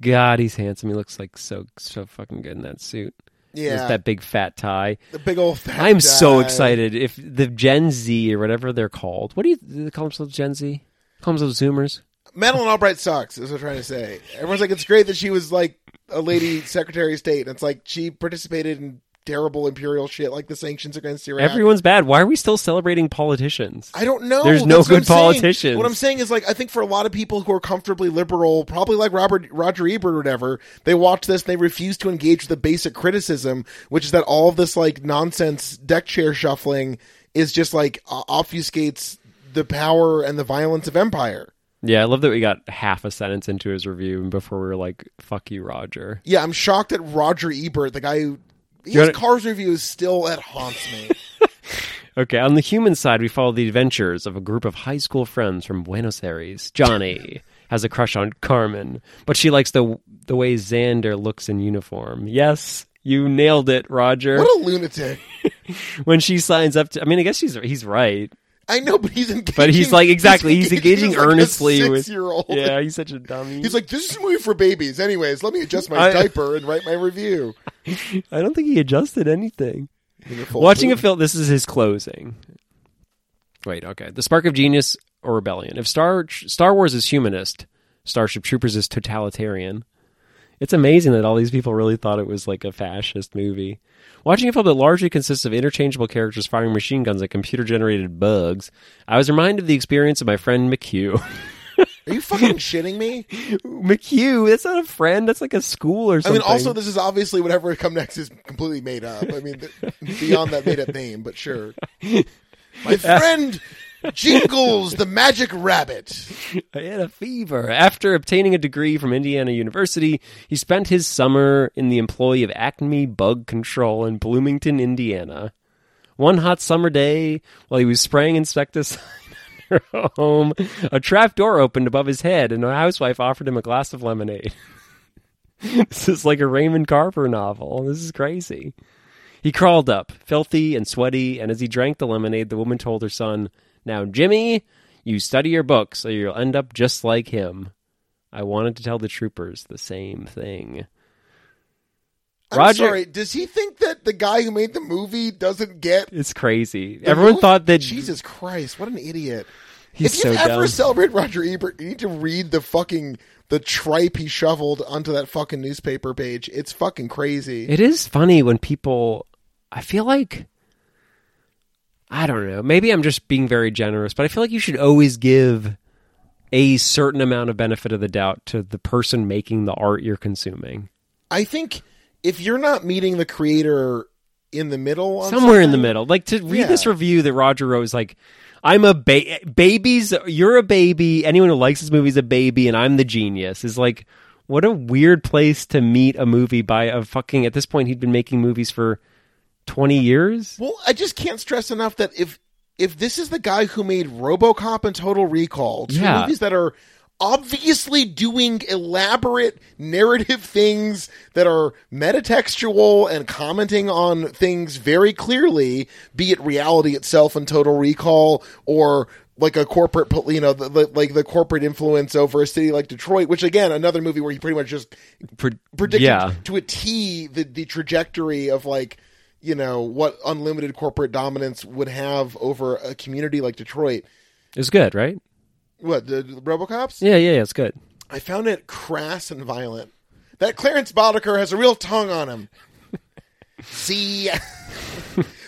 God, he's handsome. He looks like so so fucking good in that suit. With yeah, that big fat tie. the big old. Fat I'm so guy. excited. If the Gen Z or whatever they're called, what do you do they call themselves? Gen Z? Call themselves Zoomers? Madeline Albright sucks. Is what I'm trying to say. Everyone's like, it's great that she was like a lady Secretary of State, and it's like she participated in terrible imperial shit, like the sanctions against Iraq. Everyone's bad. Why are we still celebrating politicians? I don't know. There's no That's what good I'm saying. politicians. What I'm saying is, like, I think for a lot of people who are comfortably liberal, probably like Robert Roger Ebert or whatever, they watch this and they refuse to engage with the basic criticism, which is that all of this like nonsense deck chair shuffling is just like o- obfuscates the power and the violence of empire. Yeah, I love that we got half a sentence into his review and before we were like, fuck you, Roger. Yeah, I'm shocked that Roger Ebert, the guy who his You're- Cars review is still that haunts me. Okay, on the human side, we follow the adventures of a group of high school friends from Buenos Aires. Johnny has a crush on Carmen, but she likes the the way Xander looks in uniform. Yes, you nailed it, Roger. what a lunatic! when she signs up to, I mean, I guess she's he's right. I know, but he's engaging. But he's like exactly, he's engaging, earnestly with year old. Yeah, he's such a dummy. He's like, this is a movie for babies. Anyways, let me adjust my I- diaper and write my review. I don't think he adjusted anything. Watching a film, this is his closing. Wait, okay. The spark of genius or rebellion. If Star Star Wars is humanist, Starship Troopers is totalitarian. It's amazing that all these people really thought it was like a fascist movie. Watching a film that largely consists of interchangeable characters firing machine guns at computer generated bugs, I was reminded of the experience of my friend McHugh. Are you fucking shitting me? McHugh, that's not a friend, that's like a school or I something. mean, also, this is obviously whatever come next is completely made up. I mean, th- beyond that made up name, but sure. My friend Jingles the Magic Rabbit. I had a fever. After obtaining a degree from Indiana University, he spent his summer in the employ of Acme Bug Control in Bloomington, Indiana. One hot summer day, while he was spraying insecticide on her home, a trap door opened above his head and a housewife offered him a glass of lemonade. this is like a Raymond Carver novel. This is crazy. He crawled up, filthy and sweaty, and as he drank the lemonade, the woman told her son, Now, Jimmy, you study your books or you'll end up just like him. I wanted to tell the troopers the same thing. I'm Roger- sorry, does he think that the guy who made the movie doesn't get. It's crazy. the Everyone movie? thought that Jesus Christ, what an idiot. he's if you so have ever dumb. celebrate Roger Ebert, you need to read the fucking the tripe he shoveled onto that fucking newspaper page. It's fucking crazy. It is funny when people. I feel like. I don't know. Maybe I'm just being very generous, but I feel like you should always give a certain amount of benefit of the doubt to the person making the art you're consuming. I think if you're not meeting the creator in the middle, on Somewhere in the something- middle. Like to read Yeah. this review that Roger wrote is like, I'm a ba- baby's. You're a baby. Anyone who likes this movie is a baby, and I'm the genius. Is like, what a weird place to meet a movie by a fucking. At this point, he'd been making movies for 20 years. Well, I just can't stress enough that if if this is the guy who made RoboCop and Total Recall, two Yeah. movies that are obviously doing elaborate narrative things that are metatextual and commenting on things very clearly, be it reality itself and Total Recall or like a corporate, pol- you know, the, the, like the corporate influence over a city like Detroit, which again, another movie where he pretty much just Pre- predicted Yeah. to a T the, the trajectory of like, you know, what unlimited corporate dominance would have over a community like Detroit. It was good, right? What, the, the Robocops? Yeah, yeah, yeah. It's good. I found it crass and violent. That Clarence Boddicker has a real tongue on him. See,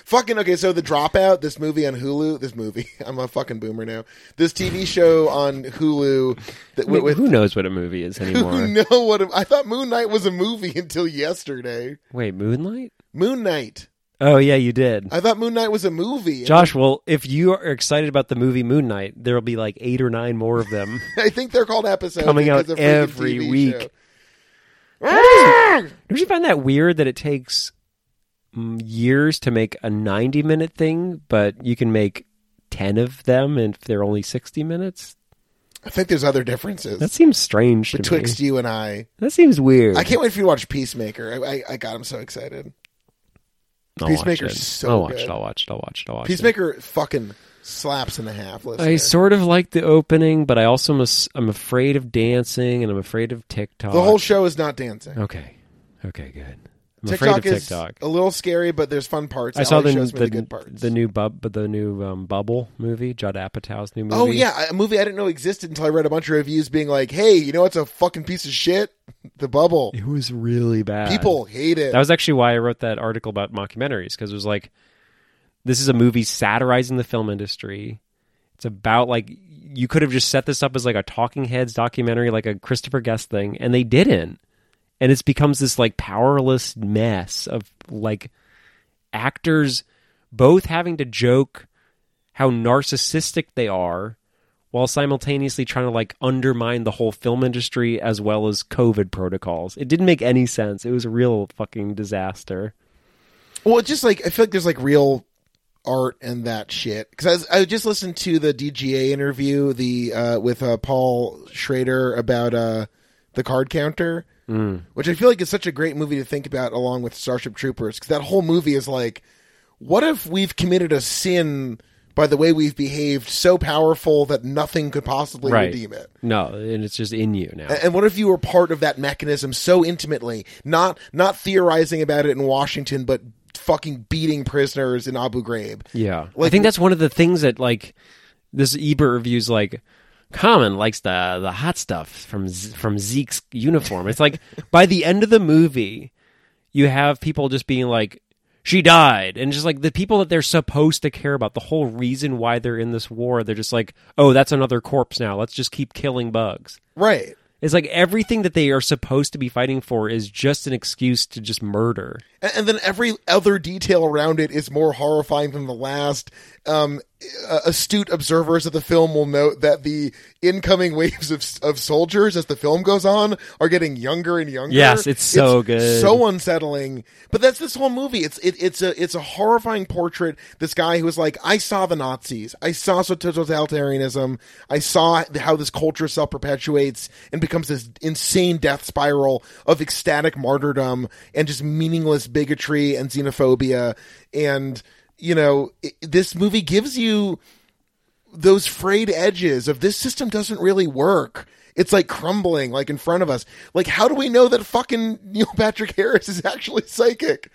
fucking okay. So the dropout, this movie on Hulu, this movie. I'm a fucking boomer now. This TV show on Hulu that with, with Who knows what a movie is who anymore? know what I thought Moon Knight was a movie until yesterday. Wait, Moonlight? Moon Knight. Oh yeah, you did. I thought Moon Knight was a movie. Josh, well, if you are excited about the movie Moon Knight, there will be like eight or nine more of them. I think they're called episodes Coming out Oh, because of freaking every TV week. show. Don't you find that weird that it takes mm, years to make a 90 minute thing, but you can make 10 of them and if they're only 60 minutes? I think there's other differences That seems strange to betwixt me. you and I. That seems weird. I can't wait for you to watch Peacemaker. I, I, I got him so excited. I'll watch Peacemaker's it. so I'll watch good. it. I'll watch it. I'll watch it. I'll watch it. Peacemaker fucking slaps in a half. I Listen, sort of like the opening, but I also must, I'm afraid of dancing and I'm afraid of TikTok. the whole show is not dancing. Okay. Okay, good. I'm TikTok afraid of is TikTok. a little scary, but there's fun parts. I saw Ally the shows me the, the, good parts. the new bub but the new um, bubble movie, Judd Apatow's new movie. oh yeah, a movie I didn't know existed until I read a bunch of reviews being like, "Hey, you know what's a fucking piece of shit? The Bubble. It was really bad. People hate it." That was actually why I wrote that article about mockumentaries because it was like, this is a movie satirizing the film industry. It's about like you could have just set this up as like a Talking Heads documentary, like a Christopher Guest thing, and they didn't. And it's becomes this like powerless mess of like actors both having to joke how narcissistic they are while simultaneously trying to like undermine the whole film industry as well as COVID protocols. It didn't make any sense. It was a real fucking disaster. Well, it's just like I feel like there's like real art and that shit because I, was- I just listened to the DGA interview the uh, with uh, Paul Schrader about uh, the card counter, which I feel like is such a great movie to think about along with Starship Troopers because that whole movie is like, what if we've committed a sin by the way we've behaved so powerful that nothing could possibly Right. redeem it. No, and it's just in you now. A- And what if you were part of that mechanism so intimately, not not theorizing about it in Washington, but fucking beating prisoners in Abu Ghraib? Yeah. I Like- think that's one of the things that like this Ebert reviews like Common likes the the hot stuff from Z- from Zeke's uniform. It's like by the end of the movie, you have people just being like she died and just like the people that they're supposed to care about the whole reason why they're in this war they're just like oh that's another corpse now let's just keep killing bugs Right. it's like everything that they are supposed to be fighting for is just an excuse to just murder And, and then every other detail around it is more horrifying than the last. Um, uh, astute observers of the film will note that the incoming waves of, of soldiers as the film goes on are getting younger and younger. Yes, it's so good. So unsettling. But that's this whole movie. It's it, it's a it's a horrifying portrait. This guy who was like, I saw the Nazis. I saw so- totalitarianism. I saw how this culture self perpetuates and becomes this insane death spiral of ecstatic martyrdom and just meaningless bigotry and xenophobia. And you know, it, this movie gives you those frayed edges of this system doesn't really work. It's like crumbling, like in front of us. Like, how do we know that fucking Neil Patrick Harris is actually psychic?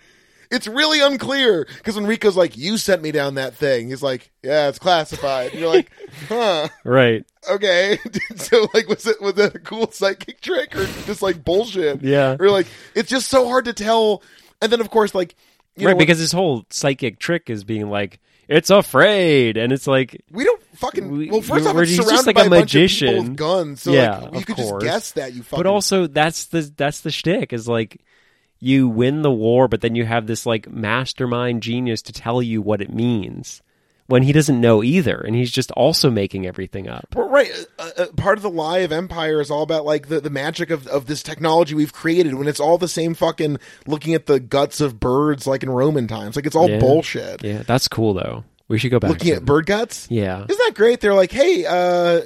It's really unclear because Enrico's like, "You sent me down that thing." He's like, "Yeah, it's classified." And you're like, "Huh, right okay." so, like, was it was that a cool psychic trick or just like bullshit? Yeah. Or like, it's just so hard to tell. And then, of course, like, you right, know, because this whole psychic trick is being like, it's afraid, and it's like, We don't fucking. We- well, first you- off, we're- it's he's just surrounded like by a a bunch of people magician. with guns, so Yeah, like, you of could just course. guess that you fucking. but also that's the that's the shtick is like, you win the war, but then you have this like mastermind genius to tell you what it means when he doesn't know either, and he's just also making everything up. Well, right, uh, uh, part of the lie of empire is all about like the, the magic of, of this technology we've created. When it's all the same fucking looking at the guts of birds, like in Roman times, like it's all Yeah. bullshit. Yeah, that's cool though. We should go back. Looking to at bird guts, Yeah, isn't that great? They're like, hey, uh,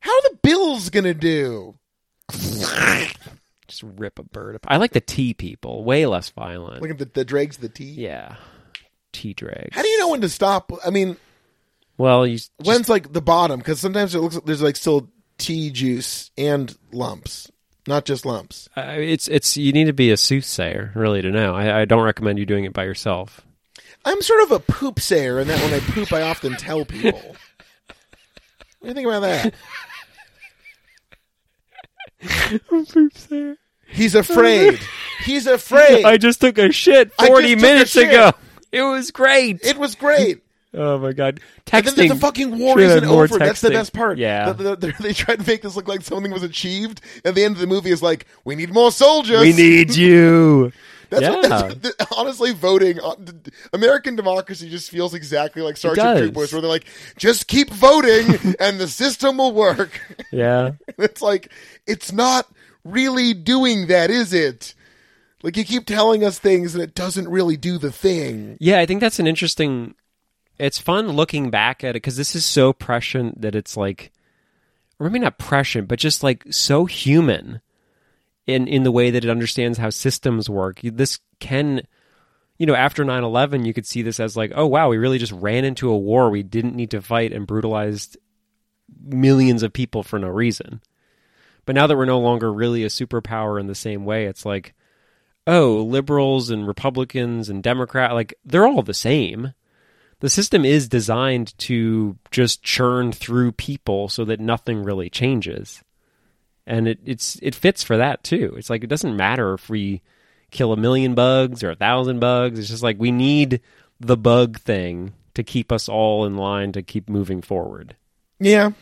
How are the Bills gonna do? Just rip a bird up. I like the tea people. Way less violent. Look at the, the dregs of the tea. yeah. Tea drags. How do you know when to stop? I mean, Well, you s- just- when's like the bottom? Because sometimes it looks like there's like still tea juice and lumps, not just lumps. uh, it's it's you need to be a soothsayer really to know. I, I don't recommend you doing it by yourself. I'm sort of a poop sayer, and that when I poop, I often tell people. What do you think about that? He's afraid. He's afraid. I just took a shit I just 40 took a minutes shit. ago. It was great. It was great. oh my god. And Texting. then the fucking war Should have isn't more over. That's the texting. best part. Yeah. The- the- the- they tried to make this look like something was achieved. At the end of the movie, is like, we need more soldiers. we need you. That's yeah. what, that's what the- honestly, voting on the, American democracy just feels exactly like Sergeant does. Troopers, where they're like, just keep voting and the system will work. yeah. it's like, it's not really doing that, is it? Like, you keep telling us things and it doesn't really do the thing. Yeah, I think that's an interesting. It's fun looking back at it because this is so prescient that it's like, or maybe not prescient, but just like so human in in the way that it understands how systems work. You- This can, you know, after 9-11, you could see this as like, oh wow, we really just ran into a war we didn't need to fight and brutalized millions of people for no reason. But now that we're no longer really a superpower in the same way, it's like oh, liberals and Republicans and Democrat, like they're all the same. The system is designed to just churn through people so that nothing really changes. And it, it's it fits for that too. It's like it doesn't matter if we kill a million bugs or a thousand bugs. It's just like we need the bug thing to keep us all in line to keep moving forward. Yeah.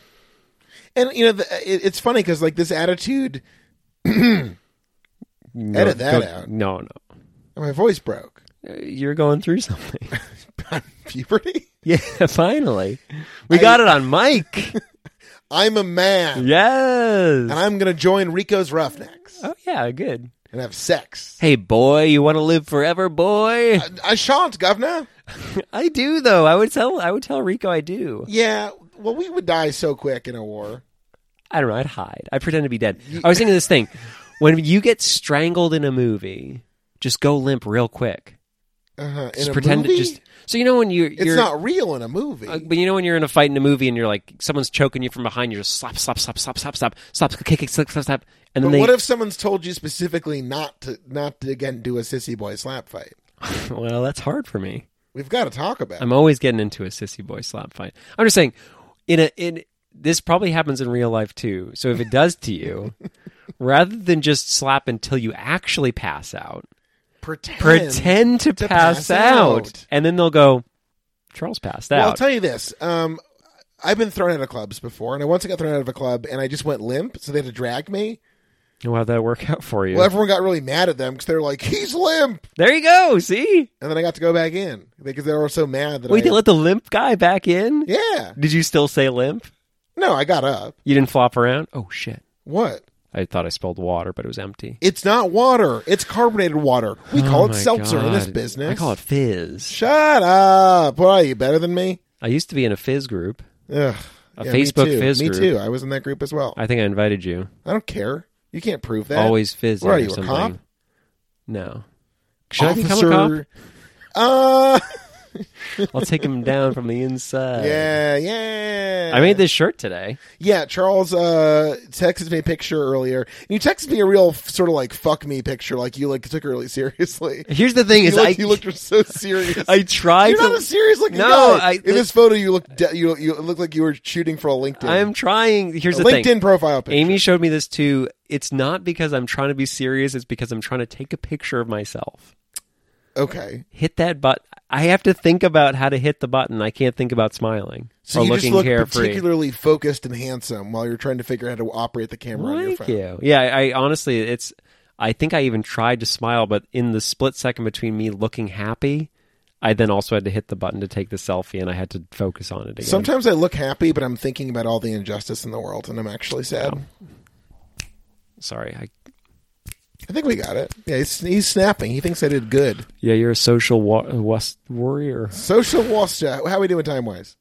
And, you know, the, uh, it, it's funny because, like, this attitude, No, Edit that go- out. No, no. my voice broke. Uh, You're going through something. Puberty? yeah, finally. We got it on mic. I'm a man. Yes. And I'm going to join Rico's Roughnecks oh yeah, good. and have sex. Hey boy, you want to live forever, boy? I, I shan't, governor. I do though. I would tell I would tell Rico I do. Yeah, well, we would die so quick in a war. I don't know, I'd hide. I pretend to be dead. I was thinking of this thing. When you get strangled in a movie, just go limp real quick. Uh-huh. In Just a pretend movie? it just So you know when you It's you're not real in a movie. uh, but you know when you're in a fight in a movie and you're like someone's choking you from behind, you just slap, slap, slap, slap, slap, slap, slap, kick, kick, slap, slap, slap, but and then they what if someone's told you specifically not to not to again do a sissy boy slap fight? well that's hard for me. We've got to talk about. it. I'm always getting into a sissy boy slap fight. I'm just saying, in a in this probably happens in real life too. So if it does to you, rather than just slap until you actually pass out, Pretend. pretend to, to pass, pass out. out. and then they'll go, "Charles passed Well, I'll out." tell you this. Um, I've been thrown out of clubs before, and I once got thrown out of a club, and I just went limp, so they had to drag me. well, how'd that work out for you? Well, everyone got really mad at them because they were like, "He's limp," there you go. See, and then I got to go back in because they were so mad that we I. did let the limp guy back in. yeah. Did you still say limp? No, I got up. You didn't flop around. Oh shit! What? I thought I spilled water, but it was empty. It's not water. It's carbonated water. We call Oh it my seltzer in this God. business. I call it fizz. Shut up! What are you better than me? I used to be in a fizz group. Ugh. A me Facebook too. fizz Me group. too. I was in that group as well. I, I think I invited you. don't care. You can't prove that. Always fizz. What are or you, a something. cop? No. Should officer. I become a Uh, cop? I'll take him down from the inside. yeah, yeah. Uh, I made this shirt today. Yeah, Charles uh, texted me a picture earlier. And you texted me a real f- sort of like fuck me picture. Like you like took it really seriously. Here's the thing: You, is looked, I you looked so serious. I tried You're to. not a serious looking No, guy. I- in this photo, you look de- you you look like you were shooting for a LinkedIn. I'm trying. Here's a the LinkedIn thing: profile picture. Amy showed me this too. It's not because I'm trying to be serious. It's because I'm trying to take a picture of myself. okay, Hit that button. I have to think about how to hit the button. I can't think about smiling so or you looking just look carefree. particularly focused and handsome while you're trying to figure out how to operate the camera on your Thank phone. you. Yeah, I, I honestly, it's. I think I even tried to smile, but in the split second between me looking happy, I then also had to hit the button to take the selfie, and I had to focus on it again. Sometimes I look happy, but I'm thinking about all the injustice in the world, and I'm actually sad. Sorry. I, I think we got it. Yeah, he's, he's snapping. He thinks I did good. yeah, you're a social wa- west warrior. Social Wasta. How we doing time wise?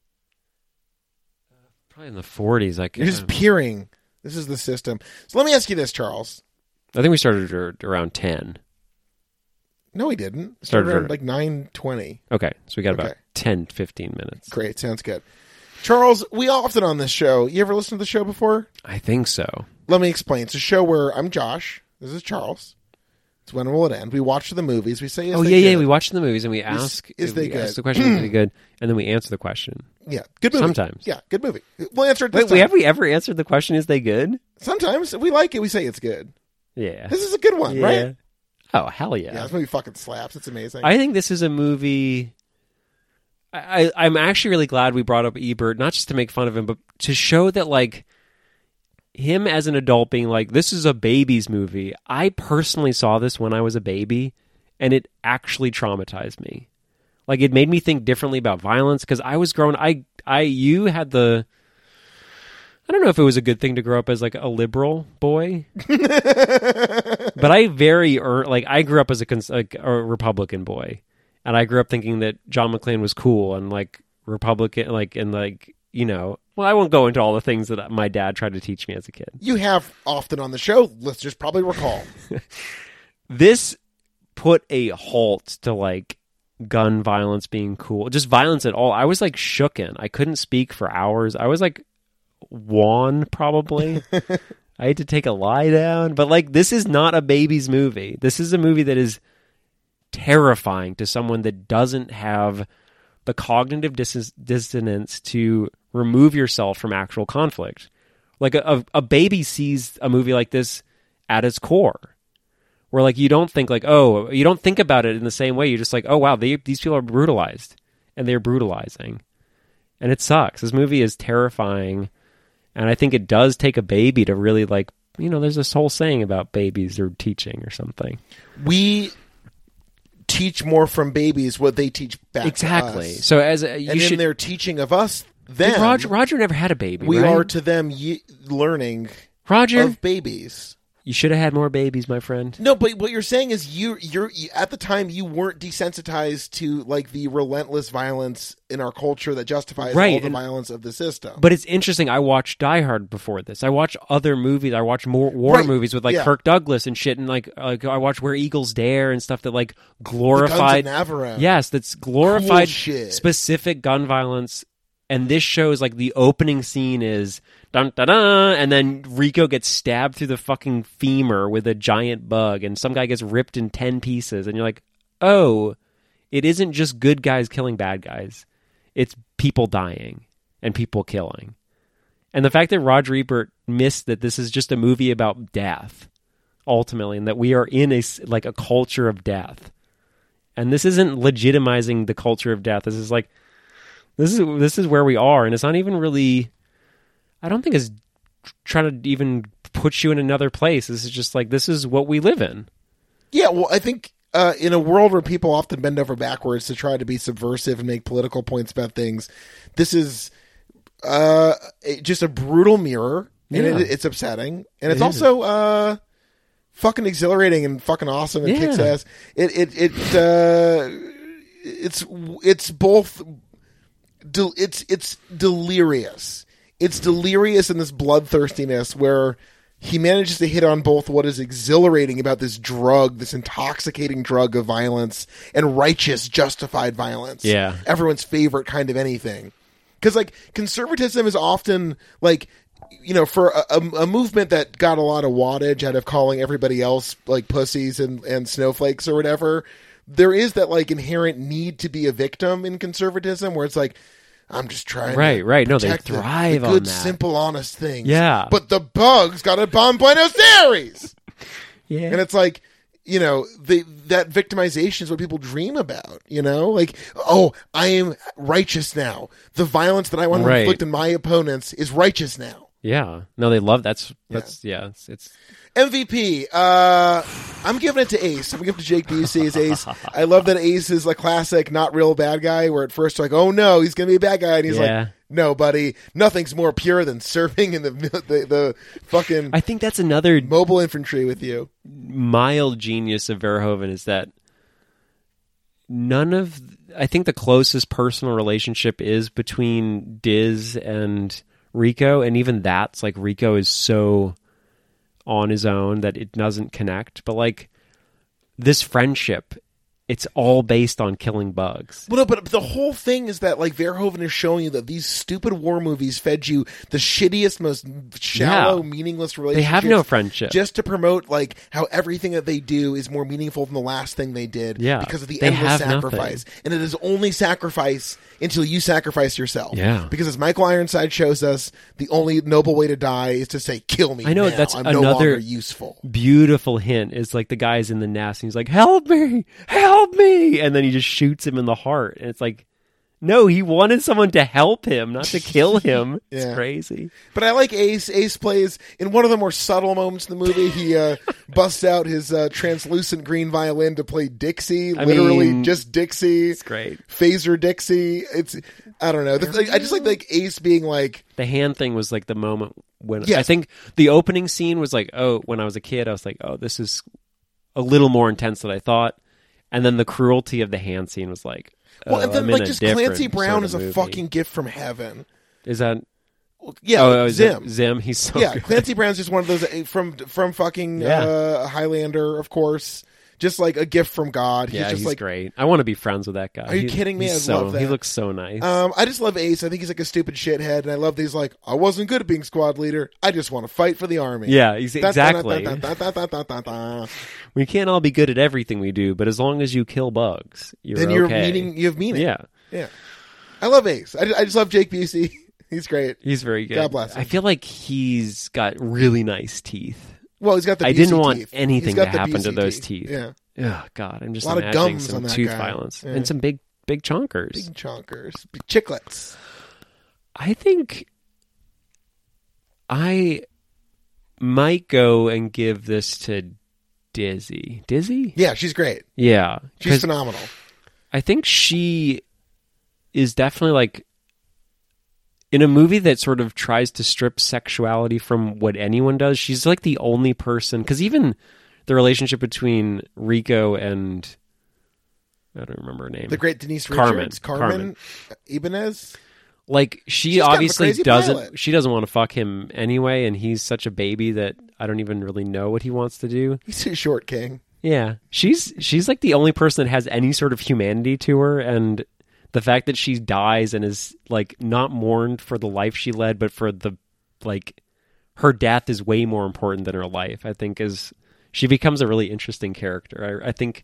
probably in the 40s. Like, You're just peering. This is the system. So let me ask you this, Charles. I think we started ar- around 10. No, he didn't. Started around at- like nine twenty. Okay, so we got about Okay. 10, 15 minutes. Great, sounds good. Charles, we often on this show. You ever listened to the show before? I think so. Let me explain. It's a show where I'm Josh. This is Charles. It's when will it end? We watch the movies. We say, is oh they yeah, yeah. good? We watch the movies and we ask is we they good? ask the question is they good, and then we answer the question. yeah, good movie. Sometimes. yeah, good movie. We'll answer it. This Wait, we time. have we ever answered the question? Is they good? Sometimes if we like it. We say it's good. Yeah. This is a good one, Yeah. right? Oh hell yeah! Yeah, this movie fucking slaps. It's amazing. I think this is a movie. I, I I'm actually really glad we brought up Ebert, not just to make fun of him, but to show that like him as an adult being like this is a baby's movie. I personally saw this when I was a baby, and it actually traumatized me. Like it made me think differently about violence because I was grown. I I you had the. I don't know if it was a good thing to grow up as like a liberal boy, but I very ear like I grew up as a cons- like a Republican boy, and I grew up thinking that John McClane was cool and like Republican, like and like you know. Well, I won't go into all the things that my dad tried to teach me as a kid. you have often on the show. Let's just probably recall. This put a halt to like gun violence being cool, just violence at all. I was like shooken. I couldn't speak for hours. I was like wan probably. I had to take a lie down, but like this is not a baby's movie. This is a movie that is terrifying to someone that doesn't have the cognitive dis- dissonance to remove yourself from actual conflict. Like a, a, a baby sees a movie like this at its core, where like you don't think like oh you don't think about it in the same way. You're just like oh wow they, these people are brutalized and they're brutalizing, and it sucks. This movie is terrifying, and I think it does take a baby to really like you know there's this whole saying about babies or teaching or something. we teach more from babies what they teach back. to Exactly. us. So as a, you and in should, their teaching of us, then Roger, Roger never had a baby. we right? are to them ye- learning Roger. of babies. you should have had more babies, my friend. No, but what you're saying is you you're you- at the time you weren't desensitized to like the relentless violence in our culture that justifies all Right, the and- violence of the system. But it's interesting. I watched Die Hard before this. I watched other movies. I watched more war Right. movies with like Yeah. Kirk Douglas and shit, and like like I watched Where Eagles Dare and stuff that like Guns of glorified. Navarone. Yes, that's Cool glorified shit. specific gun violence. And this shows like the opening scene is dun da da, and then Rico gets stabbed through the fucking femur with a giant bug, and some guy gets ripped in ten pieces, and you're like, oh, it isn't just good guys killing bad guys; it's people dying and people killing. And the fact that Roger Ebert missed that this is just a movie about death, ultimately, and that we are in a s- like a culture of death and this isn't legitimizing the culture of death. This is like this is this is where we are, and it's not even really. I don't think it's trying to even put you in another place. This is just like this is what we live in. Yeah, well, I think uh, in a world where people often bend over backwards to try to be subversive and make political points about things, this is uh, it- just a brutal mirror, and Yeah. it, it's upsetting, and it's It is. also uh, fucking exhilarating and fucking awesome and Yeah. kicks ass. It it it uh, it's it's both del- it's it's delirious. It's delirious in this bloodthirstiness where he manages to hit on both what is exhilarating about this drug, this intoxicating drug of violence and righteous justified violence. Yeah. Everyone's favorite kind of anything. Cuz like conservatism is often like you know, for a, a, a movement that got a lot of wattage out of calling everybody else like pussies and, and snowflakes or whatever, there is that like inherent need to be a victim in conservatism where it's like, I'm just trying to Right, right. No, they protect the- the thrive on good, that. simple, honest things. Yeah. But the bugs got to bomb oh Buenos Aires. Yeah, And it's like, you know, the that victimization is what people dream about, you know? Like, oh, I am righteous now. The violence that I want to Right. inflict on my opponents is righteous now. yeah. No, they love that's that's yeah. it's, it's MVP. Uh, I'm giving it to Ace. I'm giving it to Jake Busey as Ace. I love that Ace is like classic, not real bad guy. Where at first like, oh no, he's gonna be a bad guy, and he's Yeah. like, no, buddy, nothing's more pure than serving in the the, the fucking I think that's another mobile infantry with you. mild genius of Verhoeven is that none of I think the closest personal relationship is between Diz and Rico, and even that's like Rico is so on his own that it doesn't connect. But like this friendship, it's all based on killing bugs. Well, no, but the whole thing is that like Verhoeven is showing you that these stupid war movies fed you the shittiest, most shallow, Yeah. meaningless They relationships. have no friendship. just to promote like how everything that they do is more meaningful than the last thing they did. Yeah. because of the They endless have nothing. sacrifice, and it is only sacrifice until you sacrifice yourself. Yeah. because as Michael Ironside shows us, the only noble way to die is to say, "Kill me." I know, now. that's I'm no another- longer useful. Beautiful hint is like the guy's in the nest and he's like, Help me, help me. And then he just shoots him in the heart. And it's like, No, he wanted someone to help him, not to kill him. It's Yeah. crazy. But I like Ace. Ace plays in one of the more subtle moments in the movie. He uh, busts out his uh, translucent green violin to play Dixie, I literally mean, just Dixie. It's great. Phaser Dixie. It's I don't know. That's like- I just like like Ace being like The hand thing was like the moment when I Yes. think the opening scene was like, oh, when I was a kid, I was like, oh, this is a little more intense than I thought. And then the cruelty of the hand scene was like, well, oh, and then I'm in like a just different Clancy Brown sort of is a movie. fucking gift from heaven. Is that Yeah, oh, like oh, is it Zim. Zim? He's so yeah, good. Clancy Brown's just one of those uh, from from fucking Yeah. uh, Highlander, of course. Just like a gift from God. Yeah, he's he's, just like great. I want to be friends with that guy. Are you kidding me? he's I so, love He that. looks so nice. Um, I just love Ace. I think he's like a stupid shithead, and I love that he's like, I wasn't good at being squad leader. I just want to fight for the army. yeah, he's, exactly. Da-da-da-da-da-da-da-da-da-da. We can't all be good at everything we do, but as long as you kill bugs, you're Then you're okay. meaning you have meaning. Yeah, yeah. I love Ace. I, I just love Jake Busey. He's great. he's very good. God bless him. I feel like he's got really nice teeth. Well, he's got the. I Busey didn't want teeth. anything He's got to the happen to Busey those teeth. Yeah, Oh God, I'm just A lot of imagining gums on some that tooth guy. violence Yeah. and some big big chonkers. big chonkers, big chiclets. I think I might go and give this to Dizzy. Dizzy? Yeah, she's great. Yeah, She's 'cause phenomenal. I think she is definitely like in a movie that sort of tries to strip sexuality from what anyone does. She's like the only person because even the relationship between Rico and I don't remember her name. The great Denise Carmen. Richards, Carmen, Ibanez. like she She's kind of a obviously crazy doesn't pilot. she doesn't want to fuck him anyway and he's such a baby that I don't even really know what he wants to do. He's too short, King. Yeah. She's she's like the only person that has any sort of humanity to her and the fact that she dies and is like not mourned for the life she led but for the like her death is way more important than her life. I think is she becomes a really interesting character. I, I think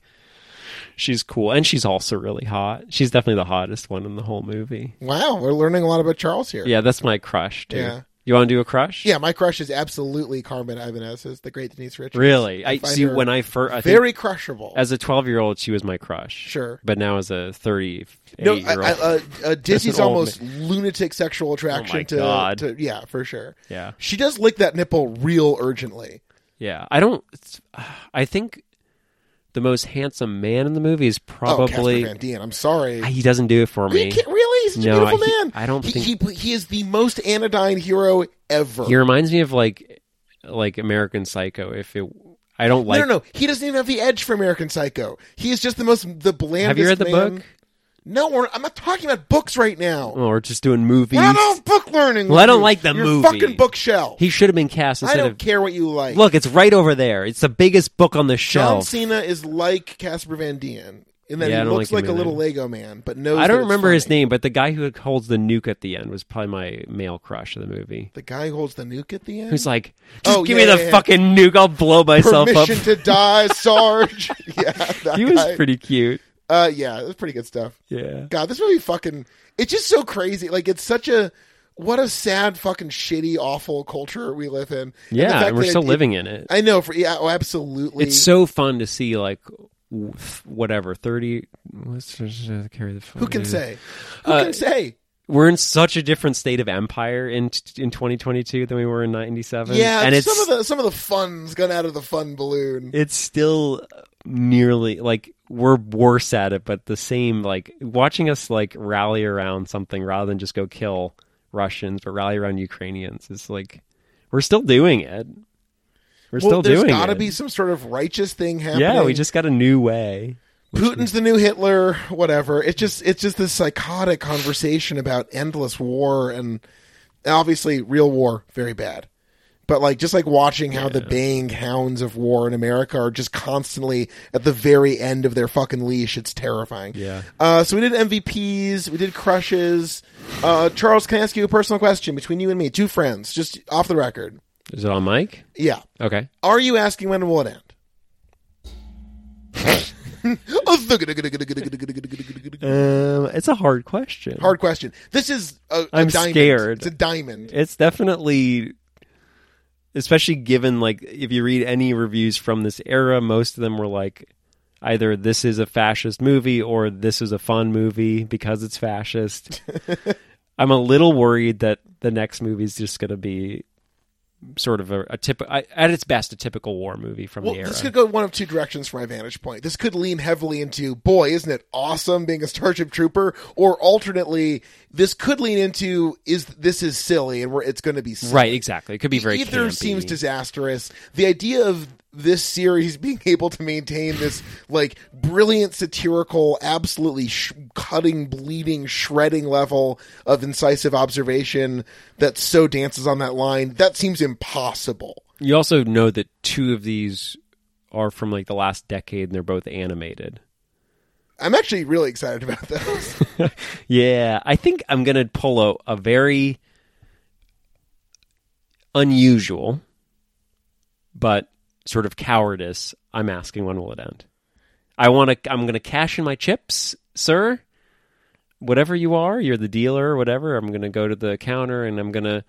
she's cool and she's also really hot. She's definitely the hottest one in the whole movie. Wow, we're learning a lot about Charles here. Yeah, that's my crush too. Yeah. You want to do a crush? Yeah, my crush is absolutely Carmen Ibanez, is the great Denise Richards. Really? I, find see her when I first I think Very crushable. as a 12-year-old she was my crush. Sure. But now as a 38 no, I, year I, old. uh, uh, Dizzy's old almost lunatic sexual attraction Oh my to, God. to. Yeah, for sure. Yeah. She does lick that nipple real urgently. Yeah. I don't I think the most handsome man in the movie is Oh, Casper probably ah, Van Dien. I'm sorry. he doesn't do it for Are you me. kidding- really? He's such No, a beautiful he- man. I don't he, think- he he is the most anodyne hero ever. He reminds me of like like American Psycho if it I don't like no, no, no. He doesn't even have the edge for American Psycho. He is just the most the blandest. Have you read the man. book? No, we're, I'm not talking about books right now. Oh, we're just doing movies. I don't book learning. Well, I with don't you. like the Your movie. Fucking bookshelf. He should have been cast I instead don't of care what you like. Look, it's right over there. It's the biggest book on John the shelf. Cena is like Casper Van Dien in that Yeah, I he don't looks like like, him a little either. Lego man, but knows. I that don't it's remember his funny. name, but the guy who holds the nuke at the end was probably my male crush of the movie. The guy who holds the nuke at the end. Who's like, just Oh, give yeah, me the yeah, yeah. fucking nuke, I'll blow myself permission up. to die, Sarge? yeah, that he was guy. pretty cute. Uh, yeah, it was pretty good stuff. Yeah. God, this movie fucking. It's just so crazy. Like, it's such a. What a sad, fucking shitty, awful culture we live in. And the Yeah, fact and we're that still it- it- living in it. I know. For, yeah, oh, absolutely. It's so fun to see, like, w- whatever, 30. What's, uh, carry the Who can say? Who Uh, can say? We're in such a different state of empire in in 2022 than we were in 97. Yeah, and it's some of the some of the fun's gone out of the fun balloon. it's still nearly like we're worse at it, but the same like watching us like rally around something rather than just go kill Russians, but rally around Ukrainians is like we're still doing it. We're still well, there's doing got to it. be some sort of righteous thing happening. yeah, we just got a new way. Putin's the new Hitler, whatever. It's just it's just this psychotic conversation about endless war and obviously real war very bad but like just like watching how the baying hounds of war in america are just constantly at the very end of their fucking leash it's terrifying Yeah. uh, so we did mvps we did crushes uh, charles can i ask you a personal question between you and me two friends just off the record Is it on mic? yeah Okay. are you asking when will it end Um, it's a hard question. hard question this is a, a I'm diamond scared. it's a diamond It's definitely, especially given like if you read any reviews from this era, most of them were like either this is a fascist movie or this is a fun movie because it's fascist. I'm a little worried that the next movie is just going to be sort of a, a tip I, at its best a typical war movie from Well, the era. this could go one of two directions from my vantage point. This could lean heavily into, boy, isn't it awesome being a Starship Trooper? Or alternately, this could lean into, is this is silly and we're, it's going to be silly. right, exactly. It could be very Either campy. seems disastrous. The idea of this series being able to maintain this like brilliant satirical, absolutely sh- cutting, bleeding, shredding level of incisive observation that so dances on that line, that seems impossible. You also know that two of these are from like the last decade and they're both animated. I'm actually really excited about those. Yeah, I think I'm going to pull a, a very unusual but sort of cowardice. I'm asking when will it end? I want to I'm going to cash in my chips, sir. Whatever you are, you're the dealer or whatever. I'm going to go to the counter and I'm going to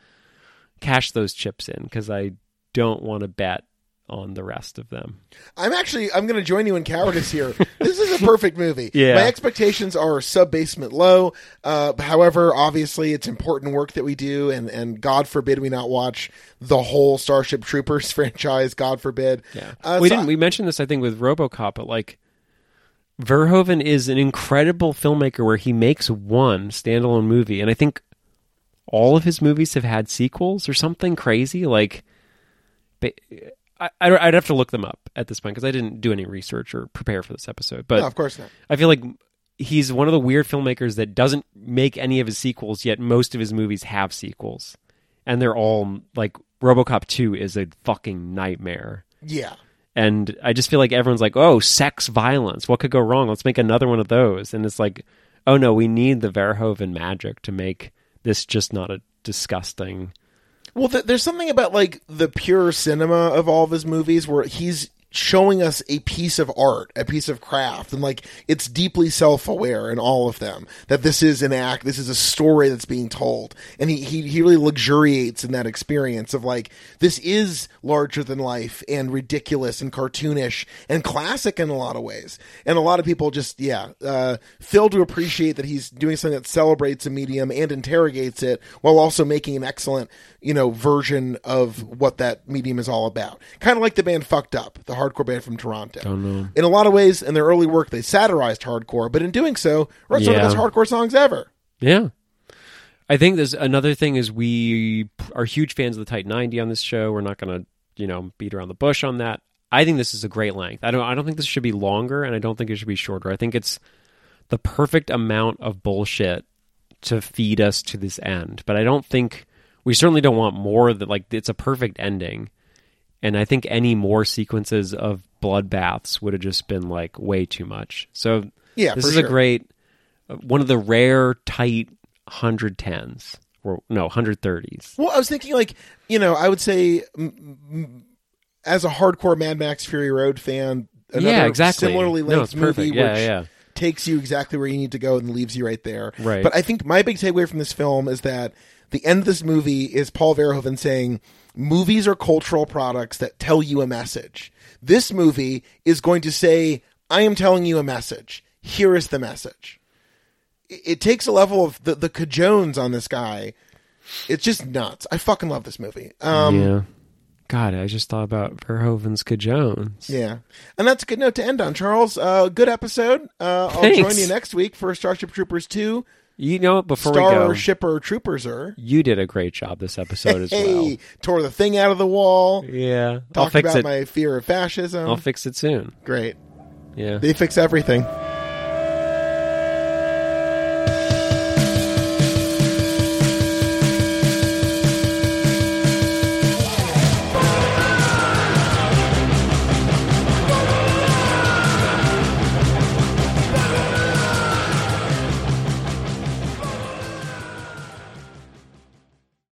cash those chips in cuz I don't want to bet on the rest of them. I'm actually I'm going to join you in cowardice here. this is a perfect movie. Yeah. My expectations are sub basement low. Uh, however, obviously it's important work that we do, and and God forbid we not watch the whole Starship Troopers franchise. God forbid. Yeah. Uh, we so didn't we mentioned this I think with RoboCop, but like Verhoeven is an incredible filmmaker where he makes one standalone movie and I think all of his movies have had sequels or something crazy like ba- I, I- I'd have to look them up at this point because I didn't do any research or prepare for this episode. But no, of course not. I feel like he's one of the weird filmmakers that doesn't make any of his sequels, yet most of his movies have sequels. And they're all like Robocop 2 is a fucking nightmare. Yeah. And I just feel like everyone's like, oh, sex violence. What could go wrong? Let's make another one of those. And it's like, oh no, we need the Verhoeven magic to make this just not a disgusting. Well, th- there's something about like the pure cinema of all of his movies where he's showing us a piece of art, a piece of craft, and like it's deeply self-aware in all of them that this is an act, this is a story that's being told, and he he, he really luxuriates in that experience of like this is larger than life and ridiculous and cartoonish and classic in a lot of ways, and a lot of people just yeah uh, fail to appreciate that he's doing something that celebrates a medium and interrogates it while also making an excellent you know version of what that medium is all about kind of like the band fucked up the hardcore band from toronto in a lot of ways in their early work they satirized hardcore but in doing so wrote some of Yeah. those hardcore songs ever Yeah. I think there's another thing is we are huge fans of the Tight 90 on this show. We're not going to, you know, beat around the bush on that. I think this is a great length. I don't I don't think this should be longer and I don't think it should be shorter. I think it's the perfect amount of bullshit to feed us to this end. But I don't think we certainly don't want more that like it's a perfect ending. And I think any more sequences of bloodbaths would have just been like way too much. So Yeah, this for is sure. a great uh, one of the rare tight 110s or no 130s. well i was thinking like you know i would say mm, mm, as a hardcore mad max fury road fan another yeah, exactly. similarly no, length it's perfect. movie yeah, which yeah. takes you exactly where you need to go and leaves you right there. Right. But I think my big takeaway from this film is that the end of this movie is Paul Verhoeven saying, movies are cultural products that tell you a message. This movie is going to say, I am telling you a message. Here is the message. It, it takes a level of the, the cajones on this guy. It's just nuts. I fucking love this movie. Um, yeah. God, I just thought about Verhoeven's Cajones. Yeah. And that's a good note to end on, Charles. Uh, good episode. Uh, I'll Thanks. join you next week for Starship Troopers 2. You know, what, before we Star go, or shipper trooperser. you did a great job this episode as Hey, well. tore the thing out of the wall. Yeah, I'll Talked fix about it. my fear of fascism. I'll fix it soon. Great. Yeah. They fix everything.